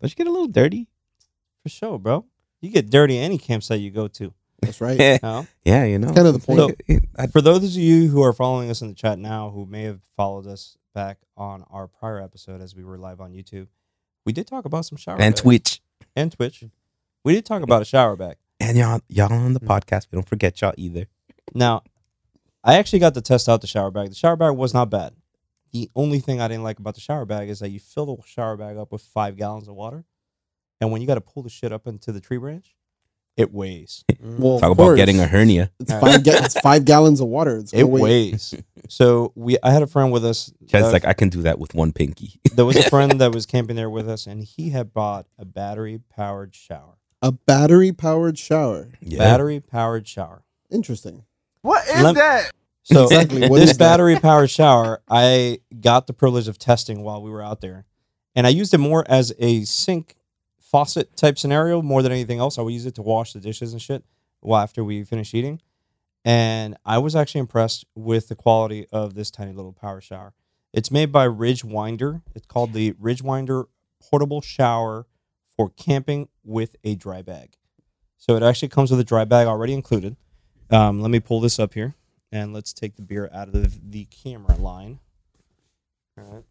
Speaker 3: Don't you get a little dirty?
Speaker 1: For sure, bro. You get dirty any campsite you go to.
Speaker 5: That's right.
Speaker 3: yeah,
Speaker 1: No?
Speaker 3: you know.
Speaker 5: That's kind of the point.
Speaker 3: I-
Speaker 1: For those of you who are following us in the chat now, who may have followed us back on our prior episode as we were live on YouTube, we did talk about some shower
Speaker 3: and
Speaker 1: bags.
Speaker 3: Twitch.
Speaker 1: and Twitch. We did talk about a shower bag.
Speaker 3: And y'all, y'all on
Speaker 1: Hmm.
Speaker 3: the podcast. We don't forget y'all either.
Speaker 1: Now, I actually got to test out the shower bag. The shower bag was not bad. The only thing I didn't like about the shower bag is that you fill the shower bag up with five gallons of water, and when you got to pull the shit up into the tree branch, it weighs.
Speaker 5: Well, of
Speaker 3: Talk about
Speaker 5: course,
Speaker 3: getting a hernia.
Speaker 5: It's five, ga- it's five gallons of water. It's
Speaker 1: It
Speaker 5: gonna weigh-
Speaker 1: weighs. so we, I had a friend with us.
Speaker 3: Chad's
Speaker 1: uh,
Speaker 3: like, I can do that with one pinky.
Speaker 1: there was a friend that was camping there with us, and he had bought a battery powered shower.
Speaker 5: a battery powered shower.
Speaker 3: Yeah.
Speaker 1: Battery powered shower.
Speaker 5: Interesting.
Speaker 6: What
Speaker 1: is Lem-
Speaker 6: that?
Speaker 1: So
Speaker 5: Exactly. What
Speaker 1: this
Speaker 5: is that?
Speaker 1: battery powered shower, I got the privilege of testing while we were out there, and I used it more as a sink faucet type scenario more than anything else. I would use it to wash the dishes and shit while after we finished eating, and I was actually impressed with the quality of this tiny little power shower. It's made by Ridge Winder. It's called the Ridge Winder Portable Shower for Camping with a Dry Bag. So it actually comes with a dry bag already included. Um, let me pull this up here and let's take the beer out of the camera line. All right.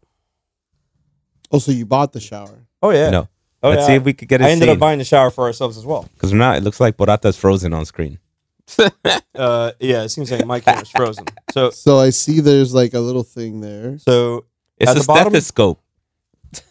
Speaker 5: Oh, so you bought the shower?
Speaker 1: Oh yeah.
Speaker 3: No.
Speaker 1: Oh,
Speaker 3: Let's
Speaker 1: yeah.
Speaker 3: see if we could get it.
Speaker 1: I ended up buying the shower for ourselves as well.
Speaker 3: because now it looks like Borata's frozen on screen.
Speaker 1: Uh, yeah, it seems like my camera's frozen. So,
Speaker 5: So I see there's like a little thing there.
Speaker 1: so
Speaker 3: It's
Speaker 1: At
Speaker 3: a
Speaker 1: the bottom-
Speaker 3: stethoscope.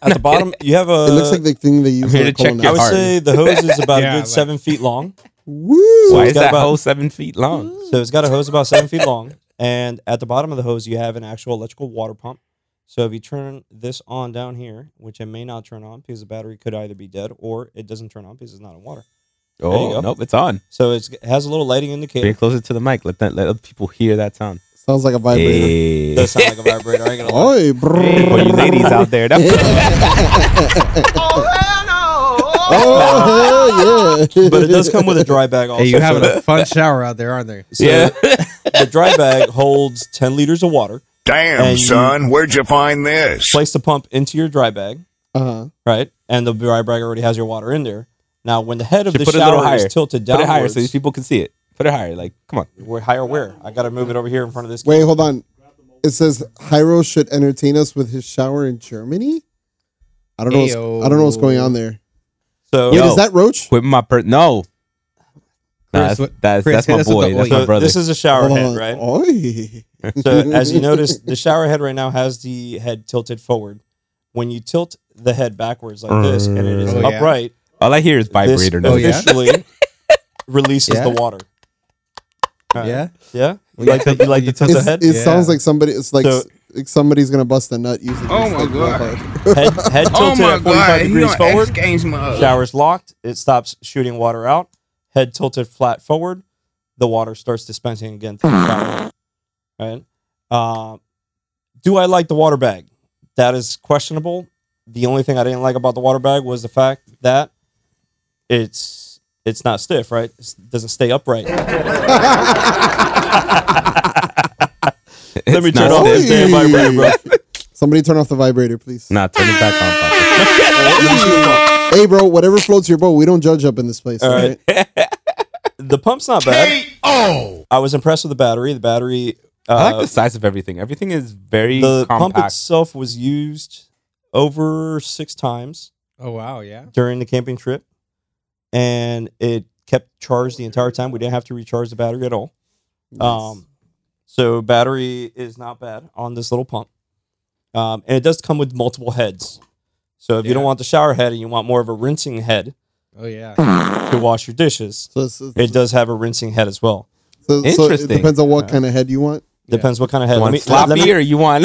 Speaker 1: at the bottom you have a.
Speaker 5: it looks like the thing they use.
Speaker 3: here
Speaker 5: like
Speaker 3: to check
Speaker 5: colonoscopy.
Speaker 1: I
Speaker 3: your
Speaker 1: would
Speaker 3: heart.
Speaker 1: say the hose is about
Speaker 4: Yeah,
Speaker 1: a good
Speaker 4: like-
Speaker 1: seven feet long.
Speaker 5: Woo!
Speaker 3: Why
Speaker 1: it's
Speaker 3: is
Speaker 1: got
Speaker 3: that
Speaker 1: about-
Speaker 3: hose seven feet long?
Speaker 1: So it's got a hose about seven feet long, and at the bottom of the hose you have an actual electrical water pump. So if you turn this on down here, which it may not turn on because the battery could either be dead or it doesn't turn on because it's not in water. you
Speaker 3: Oh
Speaker 1: go.
Speaker 3: nope, it's on.
Speaker 1: So it's, it has a little lighting
Speaker 3: Bring it
Speaker 1: indicator.
Speaker 3: closer to the mic. Let that let other people hear that sound.
Speaker 5: Sounds like a vibrator.
Speaker 1: It
Speaker 3: Hey.
Speaker 1: does sound like a vibrator. I ain't gonna lie.
Speaker 5: Oi,
Speaker 3: Hey, for you
Speaker 5: brrrr.
Speaker 3: ladies out there.
Speaker 5: Oh, hell yeah.
Speaker 1: But it does come with a dry bag also.
Speaker 4: Hey, you having
Speaker 1: so
Speaker 4: a fun shower out there, aren't there?
Speaker 1: so the dry bag holds 10 liters of water.
Speaker 6: Damn,
Speaker 1: And you-
Speaker 6: son, where'd you find this?
Speaker 1: Place the pump into your dry bag,
Speaker 5: Uh-huh.
Speaker 1: right? And the dry bag already has your water in there. Now, when the head of
Speaker 3: Should
Speaker 1: the
Speaker 3: put it a little
Speaker 1: shower
Speaker 3: higher.
Speaker 1: is tilted
Speaker 3: Put
Speaker 1: downwards,
Speaker 3: it higher so these people can see it. Put it higher. Like, come on.
Speaker 1: we're higher where? I got to move it over here in front of this.
Speaker 5: Wait, hold on. It says Hyro should entertain us with his shower in Germany. I don't know.
Speaker 3: Oh,
Speaker 5: What's, I don't know what's going on there.
Speaker 1: So
Speaker 5: Wait,
Speaker 3: Yo.
Speaker 5: is that Roach?
Speaker 3: Quit my per. No, Nah,
Speaker 4: Chris,
Speaker 3: that's,
Speaker 4: what-
Speaker 3: that's,
Speaker 4: Chris,
Speaker 3: that's
Speaker 4: hit
Speaker 3: my
Speaker 4: us with
Speaker 3: boy.
Speaker 4: the
Speaker 3: That's
Speaker 4: oil.
Speaker 3: my
Speaker 4: So
Speaker 3: brother.
Speaker 1: This is a shower head, right?
Speaker 5: right?
Speaker 1: So as you notice, the shower head right now has the head tilted forward. When you tilt the head backwards like this and it is
Speaker 4: Oh, yeah.
Speaker 1: upright,
Speaker 3: All I hear is
Speaker 1: this
Speaker 3: vibrator. now.
Speaker 4: Oh, yeah?
Speaker 1: officially releases
Speaker 4: Yeah?
Speaker 1: the water. All right.
Speaker 4: Yeah.
Speaker 1: Yeah? You
Speaker 4: Well, yeah.
Speaker 1: like the, you like the
Speaker 4: You
Speaker 1: tilt
Speaker 4: tilt
Speaker 1: the
Speaker 5: It's-
Speaker 1: head?
Speaker 5: it
Speaker 4: Yeah.
Speaker 5: sounds like somebody. It's like,
Speaker 1: So-
Speaker 5: s- like somebody's gonna bust a nut using.
Speaker 7: Oh
Speaker 5: this,
Speaker 7: my
Speaker 5: like, real
Speaker 7: God.
Speaker 5: hard.
Speaker 1: Head, head tilted
Speaker 7: Oh my
Speaker 1: at 45
Speaker 7: god, he
Speaker 1: degrees
Speaker 7: on
Speaker 1: forward.
Speaker 7: X Games mode.
Speaker 1: Shower's locked. It stops shooting water out. Head tilted flat forward. The water starts dispensing again through the shower. Right? Uh, do I like the water bag? That is questionable. The only thing I didn't like about the water bag was the fact that it's it's not stiff, right? It doesn't stay upright. Let me
Speaker 3: It's
Speaker 1: turn
Speaker 3: not
Speaker 1: off this
Speaker 5: stiff.
Speaker 1: damn vibrator, bro.
Speaker 5: Somebody turn off the vibrator, please.
Speaker 3: Nah, turn it back on. Papa.
Speaker 5: Hey, bro, whatever floats your boat. We don't judge up in this place.
Speaker 1: All
Speaker 5: All
Speaker 1: right.
Speaker 5: right.
Speaker 1: The pump's not bad.
Speaker 7: oh.
Speaker 1: I was impressed with the battery. The battery. Uh,
Speaker 3: I like the size of everything. Everything is very
Speaker 1: the
Speaker 3: compact.
Speaker 1: pump itself was used over six times
Speaker 4: Oh wow, yeah.
Speaker 1: during the camping trip and it kept charged the entire time we didn't have to recharge the battery at all um, so battery is not bad on this little pump um, and it does come with multiple heads so if you don't
Speaker 4: Yeah.
Speaker 1: want the shower head and you want more of a rinsing head
Speaker 4: Oh yeah.
Speaker 1: to wash your dishes
Speaker 5: So, it's, it's,
Speaker 1: it does have a rinsing head as well
Speaker 5: so, so it
Speaker 3: Interesting.
Speaker 5: depends on what kind of head you want.
Speaker 1: depends what kind of head
Speaker 3: You
Speaker 1: Let
Speaker 3: want
Speaker 1: me- let
Speaker 3: sloppy
Speaker 1: me-
Speaker 3: or you want?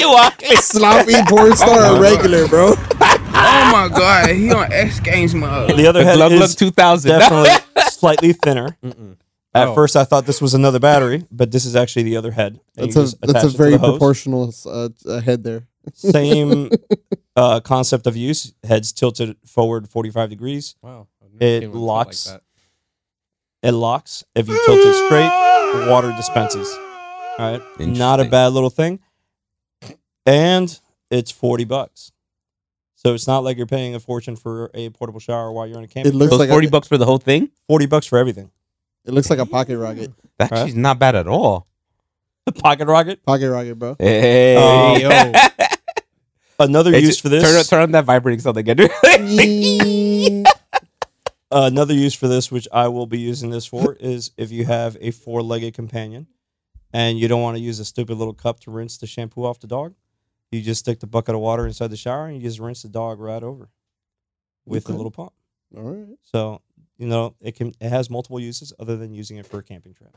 Speaker 3: you want?
Speaker 5: Sloppy porn star or regular, bro?
Speaker 7: Oh my god, he on X Games mode.
Speaker 1: the other head
Speaker 3: Glug Glug
Speaker 1: is
Speaker 3: 2000.
Speaker 1: definitely slightly thinner.
Speaker 4: Mm-mm.
Speaker 1: At
Speaker 4: Oh.
Speaker 1: first, I thought this was another battery, but this is actually the other head. And
Speaker 5: That's
Speaker 1: you
Speaker 5: a
Speaker 1: just attach
Speaker 5: that's a
Speaker 1: it to
Speaker 5: very
Speaker 1: the hose.
Speaker 5: proportional uh, uh, head there.
Speaker 1: Same uh, concept of use. Heads tilted forward 45 degrees.
Speaker 4: Wow. I've never
Speaker 1: It
Speaker 4: seen one tilt like
Speaker 1: locks.
Speaker 4: that.
Speaker 1: It locks. If you tilt it straight, water dispenses. All right. Not a
Speaker 3: Interesting.
Speaker 1: bad little thing. And it's 40 bucks. So it's not like you're paying a fortune for a portable shower while you're on a camping.
Speaker 5: It looks
Speaker 1: trip.
Speaker 3: Those
Speaker 5: like a-
Speaker 3: 40 bucks for the whole thing?
Speaker 1: 40 bucks for everything.
Speaker 5: It looks like a pocket rocket.
Speaker 3: That's
Speaker 1: Huh?
Speaker 3: actually not bad at all.
Speaker 1: The pocket rocket.
Speaker 5: Pocket rocket, bro.
Speaker 3: Hey.
Speaker 1: Um,
Speaker 4: Hey, yo.
Speaker 1: Another
Speaker 3: Hey,
Speaker 1: use
Speaker 3: Oh. ju-
Speaker 1: for this.
Speaker 3: Turn, on- turn on that vibrating sound again.
Speaker 1: another use for this, which I will be using this for, is if you have a four-legged companion and you don't want to use a stupid little cup to rinse the shampoo off the dog, you just stick the bucket of water inside the shower and you just rinse the dog right over with a
Speaker 5: Okay.
Speaker 1: little pump.
Speaker 5: All right.
Speaker 1: So you know it can it has multiple uses other than using it for a camping trip.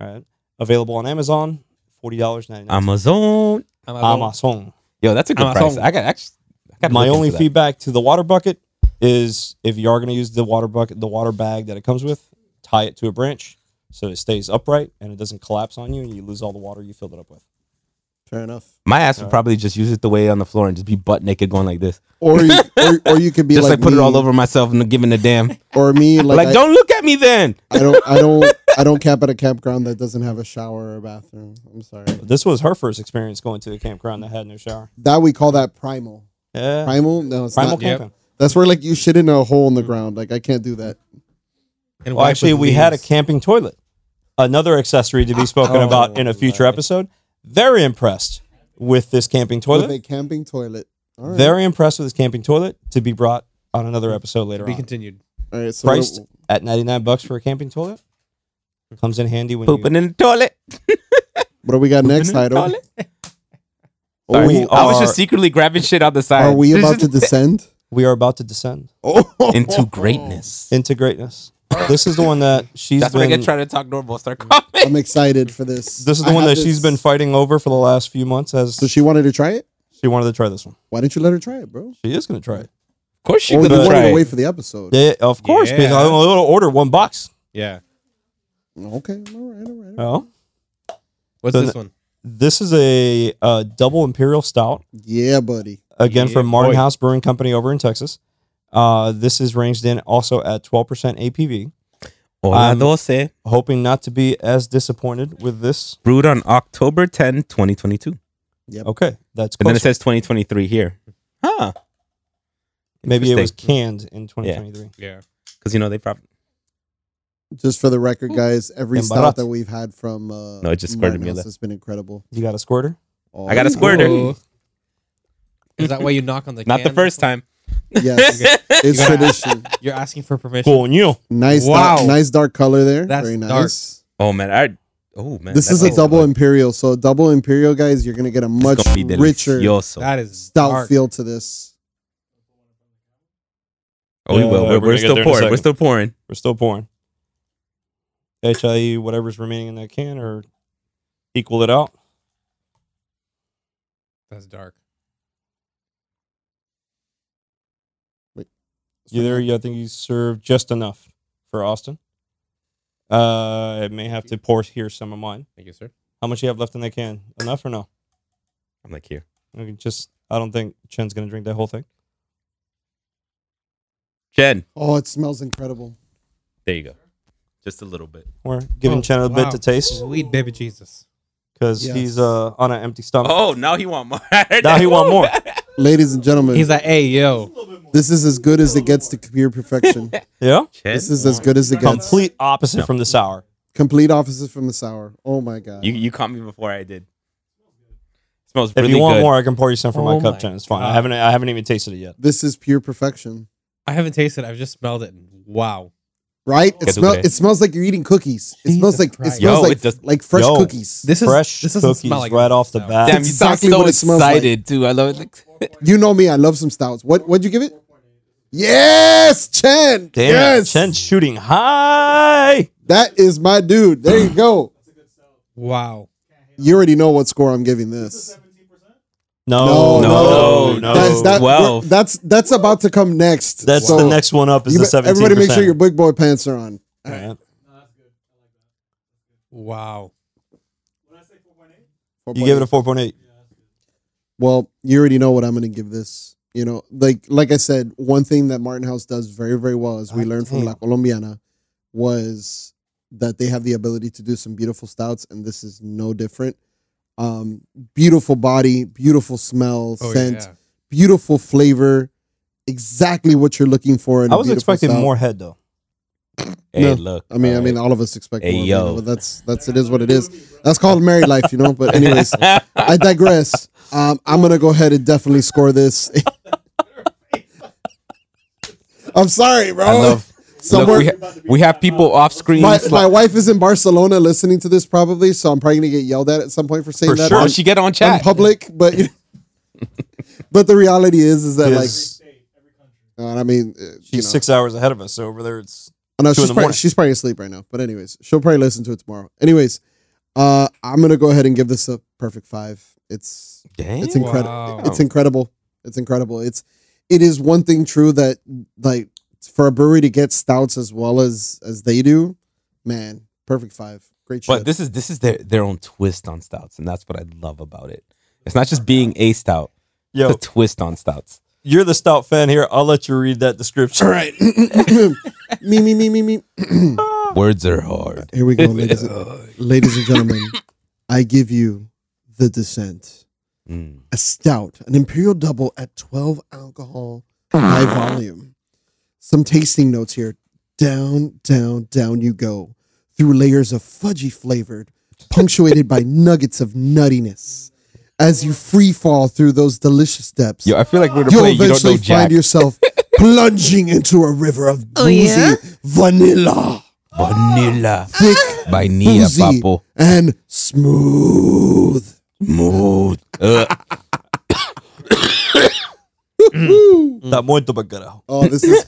Speaker 1: All right, available on Amazon, forty dollars ninety nine.
Speaker 3: Amazon.
Speaker 4: I'm a-
Speaker 1: Amazon.
Speaker 3: Yo, that's a good
Speaker 4: Amazon.
Speaker 3: price. I got actually. I gotta
Speaker 1: my
Speaker 3: look
Speaker 1: only
Speaker 3: into that.
Speaker 1: feedback to the water bucket is if you are going to use the water bucket, the water bag that it comes with, tie it to a branch so it stays upright and it doesn't collapse on you and you lose all the water you filled it up with.
Speaker 5: Fair enough.
Speaker 3: My ass would probably just use it the way on the floor and just be butt naked going like this.
Speaker 5: Or you, or, or you could be
Speaker 3: just
Speaker 5: like,
Speaker 3: like, put it
Speaker 5: me,
Speaker 3: all over myself and giving a damn.
Speaker 5: Or me, like,
Speaker 3: Like,
Speaker 5: I,
Speaker 3: don't look at me then.
Speaker 5: I don't, I don't, I don't camp at a campground that doesn't have a shower or a bathroom. I'm sorry.
Speaker 1: This was her first experience going to a campground that had no shower.
Speaker 5: That we call that primal.
Speaker 1: Yeah,
Speaker 5: Primal? No, it's
Speaker 1: primal
Speaker 5: not.
Speaker 4: Yep.
Speaker 1: camping.
Speaker 5: That's where like you shit in a hole in the ground. Like I can't do that.
Speaker 4: and
Speaker 1: Well,
Speaker 4: wipe
Speaker 1: actually,
Speaker 4: with
Speaker 1: we had a
Speaker 4: leaves.
Speaker 1: camping toilet, another accessory
Speaker 5: Ah.
Speaker 1: to be spoken
Speaker 4: Oh,
Speaker 1: about in a future
Speaker 4: right.
Speaker 1: episode. Very impressed with this camping
Speaker 5: With a
Speaker 1: toilet.
Speaker 5: camping toilet. All right.
Speaker 1: Very impressed with this camping toilet to be brought on another episode later
Speaker 4: Be
Speaker 1: on.
Speaker 4: continued.
Speaker 5: All right. So
Speaker 1: priced
Speaker 5: what-
Speaker 1: at 99 bucks for a camping toilet. Comes in handy when
Speaker 3: Pooping
Speaker 1: you
Speaker 3: in the toilet.
Speaker 5: What do we got next,
Speaker 3: Pooping in the
Speaker 5: Idol?
Speaker 3: toilet.
Speaker 5: Oh,
Speaker 1: We
Speaker 3: I was
Speaker 1: are-
Speaker 3: just secretly grabbing shit on the side.
Speaker 5: are we about to descend?
Speaker 1: we are about to descend
Speaker 5: Oh,
Speaker 3: into greatness?
Speaker 1: into greatness. This is the one that she's
Speaker 3: That's when I
Speaker 1: been
Speaker 3: get trying to talk normal. Start coughing.
Speaker 5: I'm excited for this.
Speaker 1: This is the
Speaker 5: I
Speaker 1: one that
Speaker 5: have
Speaker 1: she's
Speaker 5: this-
Speaker 1: been fighting over for the last few months as
Speaker 5: So she wanted to try it.
Speaker 1: she wanted to try this one.
Speaker 5: Why didn't you let her try it, bro?
Speaker 1: She is going to try it.
Speaker 3: Of course, she
Speaker 5: Or you
Speaker 3: could
Speaker 5: wanted
Speaker 3: try.
Speaker 5: to
Speaker 3: it.
Speaker 5: wait for the episode.
Speaker 1: Yeah, of course, because
Speaker 4: Yeah.
Speaker 1: I'm going to order one box.
Speaker 4: Yeah.
Speaker 5: Okay. All right. All right. all right.
Speaker 1: Oh.
Speaker 4: What's
Speaker 1: So
Speaker 4: this
Speaker 1: the-
Speaker 4: one?
Speaker 1: This is a, uh double imperial stout,
Speaker 5: Yeah, buddy.
Speaker 1: again
Speaker 4: Yeah,
Speaker 1: from Martin
Speaker 4: boy.
Speaker 1: House Brewing Company over in Texas. Uh, this is ranged in also at 12% APV.
Speaker 3: Hola
Speaker 1: Um,
Speaker 3: 12,
Speaker 1: Hoping not to be as disappointed with this.
Speaker 3: brewed on October 10, 2022. And
Speaker 1: Okay, that's
Speaker 3: then
Speaker 1: closer.
Speaker 3: it says 2023 here. Huh.
Speaker 1: Maybe it was
Speaker 3: Interesting.
Speaker 1: canned in 2023.
Speaker 4: Yeah.
Speaker 3: Because, you know, they probably.
Speaker 5: Just for the record, guys, every
Speaker 1: Embarazzo.
Speaker 5: stout that we've had from uh,
Speaker 3: No, it just squirted
Speaker 5: Martin
Speaker 3: me a
Speaker 5: House
Speaker 3: little.
Speaker 5: has been incredible.
Speaker 1: You got a squirter?
Speaker 5: Oh,
Speaker 3: I got a squirter.
Speaker 4: Oh. Is that why you knock on the
Speaker 3: Not
Speaker 4: can?
Speaker 3: the first time.
Speaker 5: oh, Yes, it's
Speaker 4: You gotta-
Speaker 5: tradition.
Speaker 4: You're asking for permission.
Speaker 1: Coño.
Speaker 5: Nice,
Speaker 4: Wow.
Speaker 5: dark, nice dark color there.
Speaker 4: That's
Speaker 5: Very nice.
Speaker 4: dark.
Speaker 3: Oh man, I. Oh man,
Speaker 5: This
Speaker 3: that
Speaker 5: is a
Speaker 3: tastes
Speaker 5: double
Speaker 3: like-
Speaker 5: imperial. So double imperial, guys, you're gonna get a
Speaker 3: it's
Speaker 5: much
Speaker 3: gonna be
Speaker 5: richer
Speaker 3: delicioso.
Speaker 4: That is
Speaker 5: stout
Speaker 4: dark.
Speaker 5: feel to this.
Speaker 3: Oh, we will.
Speaker 1: Uh,
Speaker 3: We're,
Speaker 1: we're gonna
Speaker 3: we're,
Speaker 1: get there
Speaker 3: still
Speaker 1: in a
Speaker 3: pouring. We're
Speaker 1: second.
Speaker 3: still pouring.
Speaker 1: We're still pouring. HIE, E, whatever's remaining in that can, or equal it out.
Speaker 4: That's dark.
Speaker 1: You there? Yeah, I think you served just enough for Austin. Uh, I may have to pour here some of mine.
Speaker 4: Thank you, sir.
Speaker 1: How much you have left in that can? Enough or no?
Speaker 3: I'm like here.
Speaker 1: I can just I don't think Chen's gonna drink that whole thing.
Speaker 3: Jen,
Speaker 5: Oh, it smells incredible.
Speaker 3: there you go. Just a little bit.
Speaker 1: We're giving
Speaker 4: Oh,
Speaker 1: Chen a
Speaker 4: wow.
Speaker 1: bit to taste
Speaker 4: Sweet baby Jesus.
Speaker 1: because
Speaker 5: Yes.
Speaker 1: he's uh on an empty stomach.
Speaker 3: Oh, now he want more.
Speaker 1: Now he want more.
Speaker 5: Ladies and gentlemen,
Speaker 4: He's like, hey, yo.
Speaker 5: this is as good as it gets to pure perfection.
Speaker 1: Yeah,
Speaker 3: Jen,
Speaker 5: this is as good as it gets.
Speaker 1: complete opposite from the sour.
Speaker 5: Complete opposite from the sour. Oh my god.
Speaker 3: You you caught me before I did. smells
Speaker 1: If
Speaker 3: really
Speaker 1: you want
Speaker 3: good.
Speaker 1: more, I can pour you some from
Speaker 4: Oh
Speaker 1: my cup,
Speaker 4: my
Speaker 1: Chen. It's fine. I
Speaker 4: God.
Speaker 1: haven't I haven't even tasted it yet.
Speaker 5: this is pure perfection.
Speaker 4: I haven't tasted it. I've just smelled it. Wow.
Speaker 5: Right? It
Speaker 3: Get
Speaker 5: smell,
Speaker 3: away.
Speaker 5: it smells like you're eating cookies. It
Speaker 4: Jesus
Speaker 5: smells like
Speaker 4: Christ.
Speaker 5: it smells
Speaker 3: Yo,
Speaker 5: like
Speaker 3: it does-
Speaker 5: like fresh
Speaker 1: Yo.
Speaker 5: cookies.
Speaker 4: This is
Speaker 1: Fresh
Speaker 4: this doesn't
Speaker 1: cookies
Speaker 4: smell like
Speaker 1: right
Speaker 4: this
Speaker 1: off the
Speaker 4: now.
Speaker 1: bat.
Speaker 3: Damn,
Speaker 5: That's
Speaker 3: you sound
Speaker 5: exactly
Speaker 3: so
Speaker 5: what it smells like.
Speaker 3: excited too. I love it.
Speaker 5: You know me, I love some stouts. What what'd you give it? Yes, Chen.
Speaker 1: Damn,
Speaker 5: yes.
Speaker 1: Chen's shooting high.
Speaker 5: That is my dude. There you go.
Speaker 4: Wow.
Speaker 5: You already know what score I'm giving this.
Speaker 1: No,
Speaker 3: no, no.
Speaker 5: That's, that,
Speaker 3: Well.
Speaker 5: that's that's about to come next.
Speaker 1: That's
Speaker 5: So
Speaker 1: the next one up. Is
Speaker 5: you
Speaker 1: the
Speaker 5: bet-
Speaker 1: seventeen?
Speaker 5: everybody make sure your big boy pants are on.
Speaker 4: Wow.
Speaker 1: You gave it a four point eight.
Speaker 5: Well, you already know what I'm going to give this. You know, like like I said, one thing that Martin House does very very well, as we
Speaker 1: God
Speaker 5: learned from
Speaker 1: damn.
Speaker 5: La Colombiana, was that they have the ability to do some beautiful stouts, and this is no different. Um, beautiful body, beautiful smell,
Speaker 4: Oh,
Speaker 5: scent,
Speaker 4: yeah.
Speaker 5: beautiful flavor, exactly what you're looking for. In
Speaker 1: I
Speaker 5: a
Speaker 1: was
Speaker 5: beautiful
Speaker 1: expecting
Speaker 5: stout.
Speaker 1: more head though.
Speaker 3: Hey,
Speaker 5: No.
Speaker 3: look.
Speaker 5: I mean, I
Speaker 3: all
Speaker 5: mean, all of us expect
Speaker 3: Hey,
Speaker 5: more.
Speaker 3: yo.
Speaker 5: Yo. But that's that's it is what it is. That's called married life, you know. But anyways, I digress. Um, I'm gonna go ahead and definitely score this. I'm sorry, bro.
Speaker 3: I love.
Speaker 5: Somewhere-
Speaker 3: look, we, ha- we have people off screen.
Speaker 5: my,
Speaker 3: sli-
Speaker 5: my wife is in Barcelona listening to this probably, so I'm probably gonna get yelled at at some point for saying
Speaker 1: For
Speaker 5: that
Speaker 1: sure.
Speaker 5: on,
Speaker 3: Why don't Oh, she get on
Speaker 5: on
Speaker 3: chat?
Speaker 5: public. But but the reality is, is that
Speaker 1: Is-
Speaker 5: like, uh, I mean, uh,
Speaker 1: she's
Speaker 5: you know,
Speaker 1: six hours ahead of us. So over there, it's
Speaker 5: Oh, no,
Speaker 1: Two in
Speaker 5: she's
Speaker 1: the
Speaker 5: probably,
Speaker 1: morning.
Speaker 5: she's probably asleep right now. But anyways, she'll probably listen to it tomorrow. Anyways, uh, I'm gonna go ahead and give this a perfect five. It's
Speaker 3: Damn.
Speaker 5: it's incredible.
Speaker 1: Oh,
Speaker 4: Wow.
Speaker 5: It's incredible. It's incredible. It's it is one thing true that like for a brewery to get stouts as well as as they do, man, perfect five. Great shit.
Speaker 3: But this is this is their their own twist on stouts, and that's what I love about it. It's not just being a stout.
Speaker 1: yo,
Speaker 3: It's a twist on stouts.
Speaker 1: you're the stout fan here. I'll let you read that description. All right.
Speaker 5: me me me me me.
Speaker 3: Words are hard.
Speaker 5: Here we go, ladies,
Speaker 1: uh,
Speaker 5: and, ladies and gentlemen. I give you the descent.
Speaker 3: Mm.
Speaker 5: a stout, an imperial double at 12 alcohol, high
Speaker 3: Hmm.
Speaker 5: volume. Some tasting notes here. Down, down, down you go through layers of fudgy flavored, punctuated by nuggets of nuttiness. As you free fall through those delicious steps,
Speaker 3: Yo, I feel like we're to
Speaker 5: you'll
Speaker 3: play. You don't
Speaker 5: eventually
Speaker 3: know
Speaker 5: find
Speaker 3: Jack.
Speaker 5: yourself plunging into a river of
Speaker 8: Oh,
Speaker 5: boozy
Speaker 8: yeah?
Speaker 5: vanilla,
Speaker 3: Vanilla
Speaker 5: thick
Speaker 3: by Nia
Speaker 5: boozy,
Speaker 3: Ah. Papo.
Speaker 5: and smooth.
Speaker 3: Mood. Uh,
Speaker 1: Está muito bacana.
Speaker 5: Oh, this is.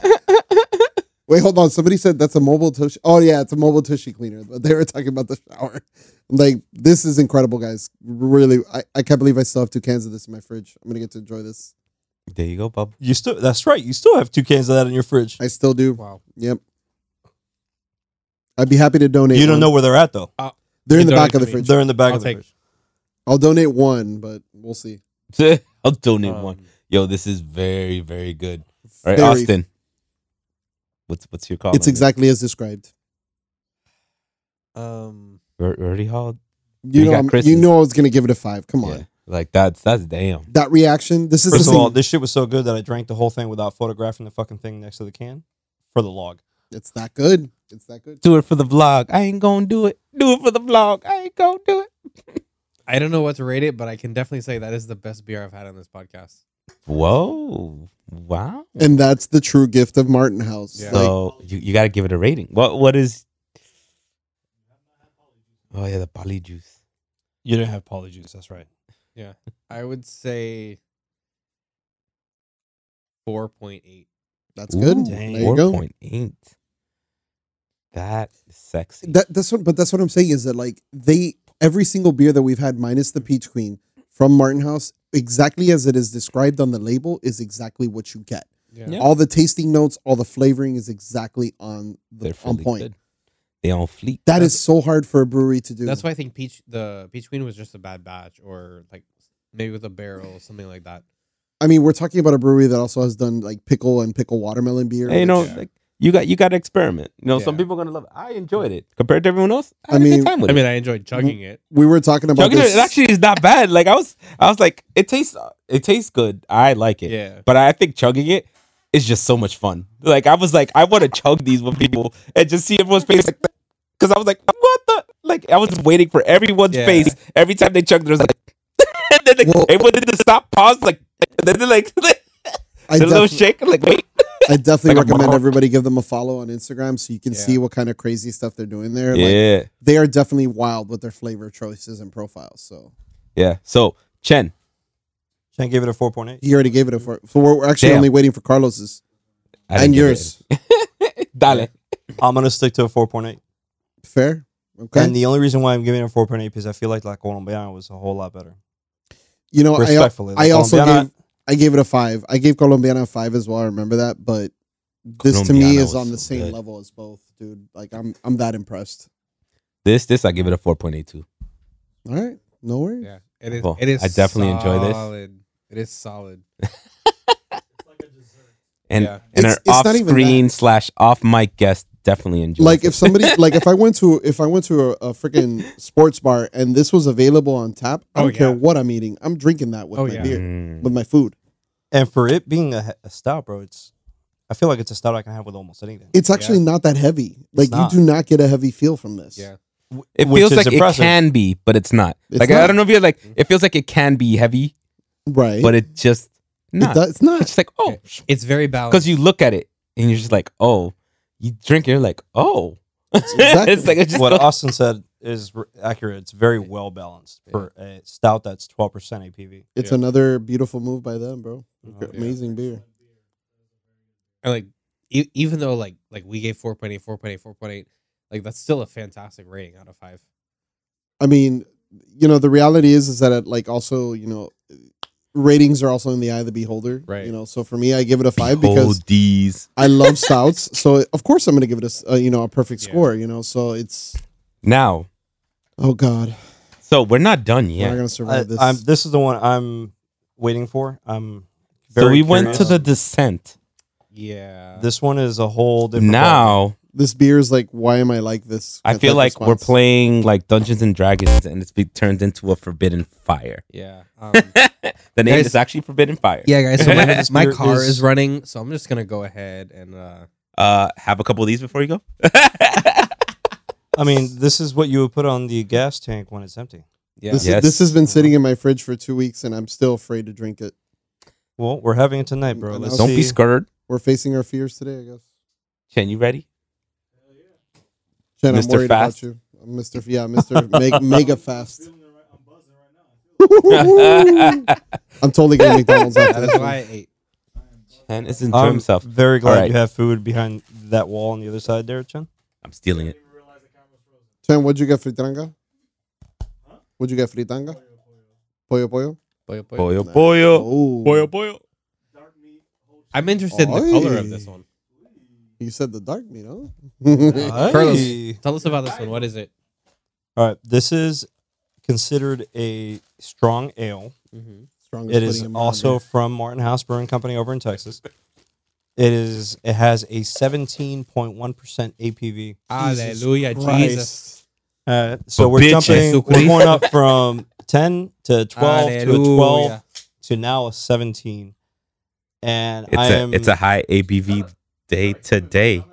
Speaker 5: Wait, hold on. Somebody said that's a mobile tush. Oh yeah, it's a mobile tushy cleaner. But they were talking about the shower. I'm like, this is incredible, guys. Really, I, I can't believe I still have two cans of this in my fridge. I'm gonna get to enjoy this.
Speaker 3: there you go, Bob.
Speaker 1: You still that's right. You still have two cans of that in your fridge.
Speaker 5: I still do.
Speaker 4: Wow.
Speaker 5: Yep. I'd be happy to donate.
Speaker 1: You don't
Speaker 5: one.
Speaker 1: know where they're at though.
Speaker 5: They're in the
Speaker 4: You
Speaker 5: back of the
Speaker 4: donate to me.
Speaker 5: fridge.
Speaker 1: They're in the back
Speaker 4: I'll
Speaker 1: of the
Speaker 4: take-
Speaker 1: fridge.
Speaker 5: I'll donate one, but we'll see.
Speaker 3: I'll donate
Speaker 4: Um,
Speaker 3: one. Yo, this is very, very good. All right,
Speaker 5: Very-
Speaker 3: Austin. What's what's your call?
Speaker 5: It's
Speaker 3: on this?
Speaker 5: exactly as described.
Speaker 4: Um,
Speaker 3: We're we're already hauled.
Speaker 5: You
Speaker 3: You
Speaker 5: know,
Speaker 3: got
Speaker 5: I'm- you
Speaker 3: Chris's.
Speaker 5: know, I was gonna give it a five. Come on,
Speaker 3: Yeah. Like that's that's damn.
Speaker 5: that reaction. This is
Speaker 1: First
Speaker 5: the
Speaker 1: of
Speaker 5: thing.
Speaker 1: all, this shit was so good that I drank the whole thing without photographing the fucking thing next to the can for the log.
Speaker 5: it's that good. It's that good.
Speaker 3: Do it for the vlog. I ain't gonna do it. Do it for the vlog. I ain't gonna do it.
Speaker 4: I don't know what to rate it, but I can definitely say that is the best beer I've had on this podcast.
Speaker 3: Whoa. Wow.
Speaker 5: and that's the true gift of Martin House.
Speaker 4: Yeah.
Speaker 5: Like,
Speaker 3: so you, you got to give it a rating. What What is. Oh, yeah, the polyjuice.
Speaker 1: You didn't have polyjuice. That's right.
Speaker 4: I would say four point eight.
Speaker 5: that's good.
Speaker 3: Dang,
Speaker 5: there you go.
Speaker 3: 4.8. That is sexy.
Speaker 5: That, that's what, but that's what I'm saying is that like they every single beer that we've had minus the Peach Queen from Martin House, exactly as it is described on the label, is exactly what you get.
Speaker 4: Yeah.
Speaker 5: All the tasting notes, all the flavoring is exactly on the
Speaker 3: They're
Speaker 5: on
Speaker 3: really
Speaker 5: point.
Speaker 3: good. They on fleek.
Speaker 5: That is so hard for a brewery to do.
Speaker 4: That's why I think peach the peach queen was just a bad batch, or like maybe with a barrel, something like that.
Speaker 5: I mean, we're talking about a brewery that also has done like pickle and pickle watermelon beer.
Speaker 3: Hey, you
Speaker 5: which-
Speaker 3: know,
Speaker 4: Yeah.
Speaker 3: like you got you got to experiment. You know, some
Speaker 4: Yeah.
Speaker 3: people are gonna love it. I enjoyed it compared to everyone else. I,
Speaker 5: I
Speaker 3: had a
Speaker 5: mean-
Speaker 3: good time with
Speaker 4: I mean,
Speaker 3: it.
Speaker 4: I enjoyed chugging it.
Speaker 5: we were talking about
Speaker 3: Chugging it,
Speaker 5: this.
Speaker 3: it actually is not bad. Like I was, I was like, it tastes, it tastes good. I like it.
Speaker 4: Yeah.
Speaker 3: But I think chugging it is just so much fun. Like I was like, I want to chug these with people and just see everyone's face like that. Because I was like, what the? Like I was waiting for everyone's
Speaker 4: Yeah.
Speaker 3: face every time they chugged. There was like, and then like,
Speaker 5: Well-
Speaker 3: everyone did the stop, pause, like, and then they're like,
Speaker 5: I,
Speaker 3: did a little
Speaker 5: defi-
Speaker 3: shake. I'm like wait,
Speaker 5: I definitely
Speaker 3: like a
Speaker 5: recommend
Speaker 3: mom.
Speaker 5: everybody give them a follow on Instagram so you can
Speaker 4: Yeah.
Speaker 5: see what kind of crazy stuff they're doing there. Like, they are definitely wild with their flavor choices and profiles. So
Speaker 3: yeah. So Chen,
Speaker 1: Shank gave it a 4.8.
Speaker 5: he already gave it a four. So we're, we're actually
Speaker 3: Damn.
Speaker 5: only waiting for Carlos's
Speaker 3: I didn't
Speaker 5: and
Speaker 3: give it
Speaker 5: yours.
Speaker 3: a- Dale.
Speaker 1: I'm going to stick to a 4.8.
Speaker 5: Fair, okay.
Speaker 1: And the only reason why I'm giving it a 4.8 because I feel like La Colombiana was a whole lot better.
Speaker 5: you know, I,
Speaker 1: Respectfully. La
Speaker 5: I also
Speaker 1: Colombiana-
Speaker 5: gave I gave it a five. I gave Colombiana a five as well. I remember that, but this to me
Speaker 3: Colombiana
Speaker 5: is
Speaker 3: was
Speaker 5: on the
Speaker 3: so
Speaker 5: same
Speaker 3: good.
Speaker 5: level as both, dude. Like I'm I'm that impressed.
Speaker 3: This this I give it a four point eight two.
Speaker 5: All right, no worries.
Speaker 4: Yeah, it is.
Speaker 3: Well,
Speaker 4: it is.
Speaker 3: I definitely enjoy this.
Speaker 4: solid. It is solid.
Speaker 3: And
Speaker 4: Yeah.
Speaker 3: and
Speaker 5: It's-
Speaker 3: our
Speaker 5: it's
Speaker 3: off
Speaker 5: not even
Speaker 3: screen slash off mic guest definitely enjoyed.
Speaker 5: Like
Speaker 3: it.
Speaker 5: if somebody like if I went to if I went to a, a freaking sports bar and this was available on tap, I
Speaker 4: Oh,
Speaker 5: don't care
Speaker 4: yeah.
Speaker 5: what I'm eating. I'm drinking that with
Speaker 4: Oh,
Speaker 5: my
Speaker 4: yeah.
Speaker 5: beer,
Speaker 3: Mm.
Speaker 5: with my food.
Speaker 1: And for it being a, a stout, bro, it's I feel like it's a stout I can have with almost anything.
Speaker 5: It's actually not that heavy. Like you
Speaker 1: not.
Speaker 5: do not get a heavy feel from this.
Speaker 4: Yeah.
Speaker 3: it
Speaker 1: which
Speaker 3: feels
Speaker 1: is
Speaker 3: like
Speaker 1: impressive.
Speaker 3: it can be, but it's not.
Speaker 5: It's
Speaker 3: like
Speaker 5: not.
Speaker 3: I don't know if you're like it feels like it can be heavy,
Speaker 5: right.
Speaker 3: but it just not.
Speaker 5: it does, it's
Speaker 3: It's
Speaker 5: not.
Speaker 3: just like oh,
Speaker 4: It's very balanced.
Speaker 3: because you look at it and you're just like oh, you drink and you're like oh.
Speaker 5: exactly-
Speaker 3: it's like it just
Speaker 1: what
Speaker 3: goes-
Speaker 1: Austin said is r- accurate. It's very well balanced for a stout that's 12% APV.
Speaker 5: It's
Speaker 4: Yeah. Oh,
Speaker 5: another beautiful move by them, bro.
Speaker 1: Okay.
Speaker 5: Amazing beer.
Speaker 4: and like e- even though like like we gave 4.8 4.8 4.8 like that's still a fantastic rating out of five
Speaker 5: I mean, you know, the reality is is that it, like also, you know, ratings are also in the eye of the beholder.
Speaker 4: Right.
Speaker 5: You know, so for me, I give it a five
Speaker 3: oh
Speaker 5: because
Speaker 3: these.
Speaker 5: I love stouts. So of course I'm going to give it a s- a, you know a perfect
Speaker 4: Yeah.
Speaker 5: score. You know, so it's
Speaker 3: Now,
Speaker 5: oh god,
Speaker 3: so we're not done
Speaker 5: we're not
Speaker 3: yet.
Speaker 5: going to
Speaker 1: I,
Speaker 5: survive
Speaker 1: this.
Speaker 5: this.
Speaker 1: I'm, this is the one I'm waiting for. I'm very
Speaker 3: So we went to
Speaker 1: curious. Uh,
Speaker 3: the descent.
Speaker 4: yeah
Speaker 1: This one is a whole different.
Speaker 3: Now.
Speaker 5: this beer is like, why am I like this?
Speaker 3: I
Speaker 5: That
Speaker 3: feel
Speaker 5: type
Speaker 3: like we're
Speaker 5: response.
Speaker 3: playing like Dungeons and Dragons, and it's be turned into a Forbidden Fire.
Speaker 4: yeah um,
Speaker 3: The name
Speaker 4: Guys-
Speaker 3: is actually Forbidden Fire.
Speaker 4: yeah guys so my,
Speaker 1: This
Speaker 4: my
Speaker 1: beer
Speaker 4: car is...
Speaker 1: is-
Speaker 4: running so i'm just gonna go ahead and uh
Speaker 3: Uh, have a couple of these before you go.
Speaker 1: I mean, this is what you would put on the gas tank when it's empty.
Speaker 4: yeah
Speaker 5: This,
Speaker 3: Yes.
Speaker 5: this has been sitting in my fridge for two weeks, and I'm still afraid to drink it.
Speaker 1: Well, we're having it tonight, bro.
Speaker 5: And
Speaker 1: Let's
Speaker 3: Don't
Speaker 1: see.
Speaker 3: be scared.
Speaker 5: We're facing our fears today, I guess.
Speaker 3: Chen, you ready?
Speaker 5: Chen, I'm
Speaker 3: Mr.
Speaker 5: worried about
Speaker 3: Fast?
Speaker 5: you, I'm Mr. F- Yeah, Mr. Meg, mega fast. I'm totally getting McDonald's after
Speaker 4: that is
Speaker 5: this.
Speaker 4: why
Speaker 5: one.
Speaker 4: i ate
Speaker 3: Chen is enjoying
Speaker 4: Um,
Speaker 1: I'm
Speaker 3: himself.
Speaker 1: very glad
Speaker 3: right.
Speaker 1: you have food behind that wall on the other side there, Chen.
Speaker 3: I'm stealing it.
Speaker 5: Chen, what'd you get fritanga? What'd you get fritanga? Pollo pollo.
Speaker 4: boyo, boyo.
Speaker 3: Boyo, boyo,
Speaker 5: Oh,
Speaker 3: boyo, boyo.
Speaker 4: i'm interested
Speaker 3: oh,
Speaker 4: in the color of this
Speaker 5: Oi.
Speaker 4: one
Speaker 5: You said the dark meat, huh?
Speaker 4: Carlos, tell us about this one what is it
Speaker 1: All right, this is considered a strong ale.
Speaker 5: Strongest
Speaker 1: It
Speaker 5: pudding
Speaker 1: is
Speaker 5: in my
Speaker 1: also
Speaker 5: life.
Speaker 1: from Martin House Brewing Company over in Texas. It is. It has a 17.1% APV.
Speaker 4: hallelujah
Speaker 5: Christ.
Speaker 4: jesus
Speaker 1: Uh, so
Speaker 3: For
Speaker 1: we're
Speaker 3: bitches.
Speaker 1: jumping. We're going up from 10 to 12 to a 12
Speaker 4: Hallelujah.
Speaker 1: to now a 17. And
Speaker 3: It's
Speaker 1: I
Speaker 3: a
Speaker 1: am.
Speaker 3: it's a high ABV day today.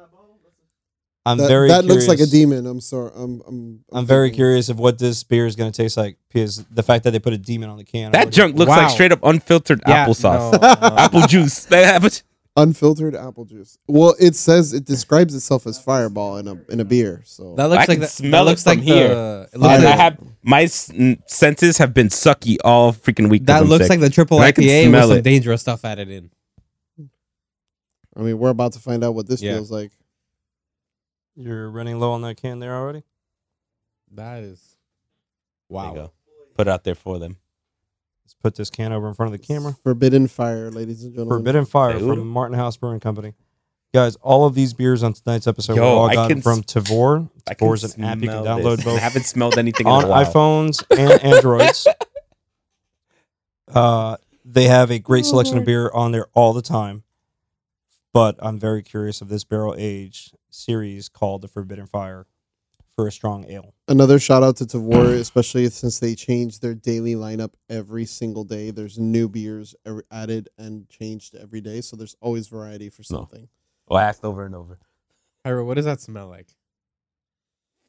Speaker 1: I'm
Speaker 5: that,
Speaker 1: very
Speaker 5: that looks like a
Speaker 1: curious-
Speaker 5: demon. I'm sorry. I'm I'm,
Speaker 1: I'm very
Speaker 5: thinking-
Speaker 1: curious of what this beer is going to taste like because the fact that they put a demon on the can.
Speaker 3: That
Speaker 1: already-
Speaker 3: junk looks
Speaker 4: Wow.
Speaker 3: like straight up unfiltered applesauce.
Speaker 4: no, no.
Speaker 3: Apple juice. That happens.
Speaker 5: Unfiltered apple juice. Well, it says it describes itself as fireball in a in a beer. So
Speaker 4: That looks
Speaker 3: I
Speaker 4: like
Speaker 3: can
Speaker 4: that,
Speaker 3: smell
Speaker 4: that
Speaker 3: it
Speaker 4: looks like
Speaker 3: from here.
Speaker 4: the- it looks
Speaker 5: Fire.
Speaker 3: And I
Speaker 4: like-
Speaker 3: have my s- n- senses have been sucky all freaking week. 'cause
Speaker 4: that
Speaker 3: I'm
Speaker 4: looks
Speaker 3: sick.
Speaker 4: like the triple
Speaker 3: But I can
Speaker 4: IPA with
Speaker 3: smell
Speaker 4: some
Speaker 3: it.
Speaker 4: dangerous stuff added in.
Speaker 5: I mean, we're about to find out what this
Speaker 4: Yeah.
Speaker 5: feels like.
Speaker 1: You're running low on that can there already.
Speaker 4: That is
Speaker 3: There you
Speaker 4: wow.
Speaker 3: go. Put it out there for them.
Speaker 1: Let's put this can over in front of the camera.
Speaker 5: Forbidden fire, ladies and gentlemen.
Speaker 1: Forbidden Fire
Speaker 3: Ooh.
Speaker 1: from Martin House Brewing Company. Guys, all of these beers on tonight's episode
Speaker 3: Yo,
Speaker 1: were all
Speaker 3: I
Speaker 1: gotten
Speaker 3: can
Speaker 1: from
Speaker 3: s-
Speaker 1: Tavor.
Speaker 3: I can
Speaker 1: Tavor is an app you can
Speaker 3: smell
Speaker 1: download
Speaker 3: this. I
Speaker 1: both
Speaker 3: haven't smelled anything
Speaker 1: on
Speaker 3: in a while.
Speaker 1: iPhones and Androids. uh, they have a great selection of beer on there all the time. But I'm very curious of this barrel age series called the Forbidden Fire for a strong ale.
Speaker 5: Another shout out to Tavor, especially since they change their daily lineup every single day. There's new beers every, added and changed every day, so there's always variety for
Speaker 3: No.
Speaker 5: something.
Speaker 3: Well, I asked over and over.
Speaker 4: Ira, what does that smell like?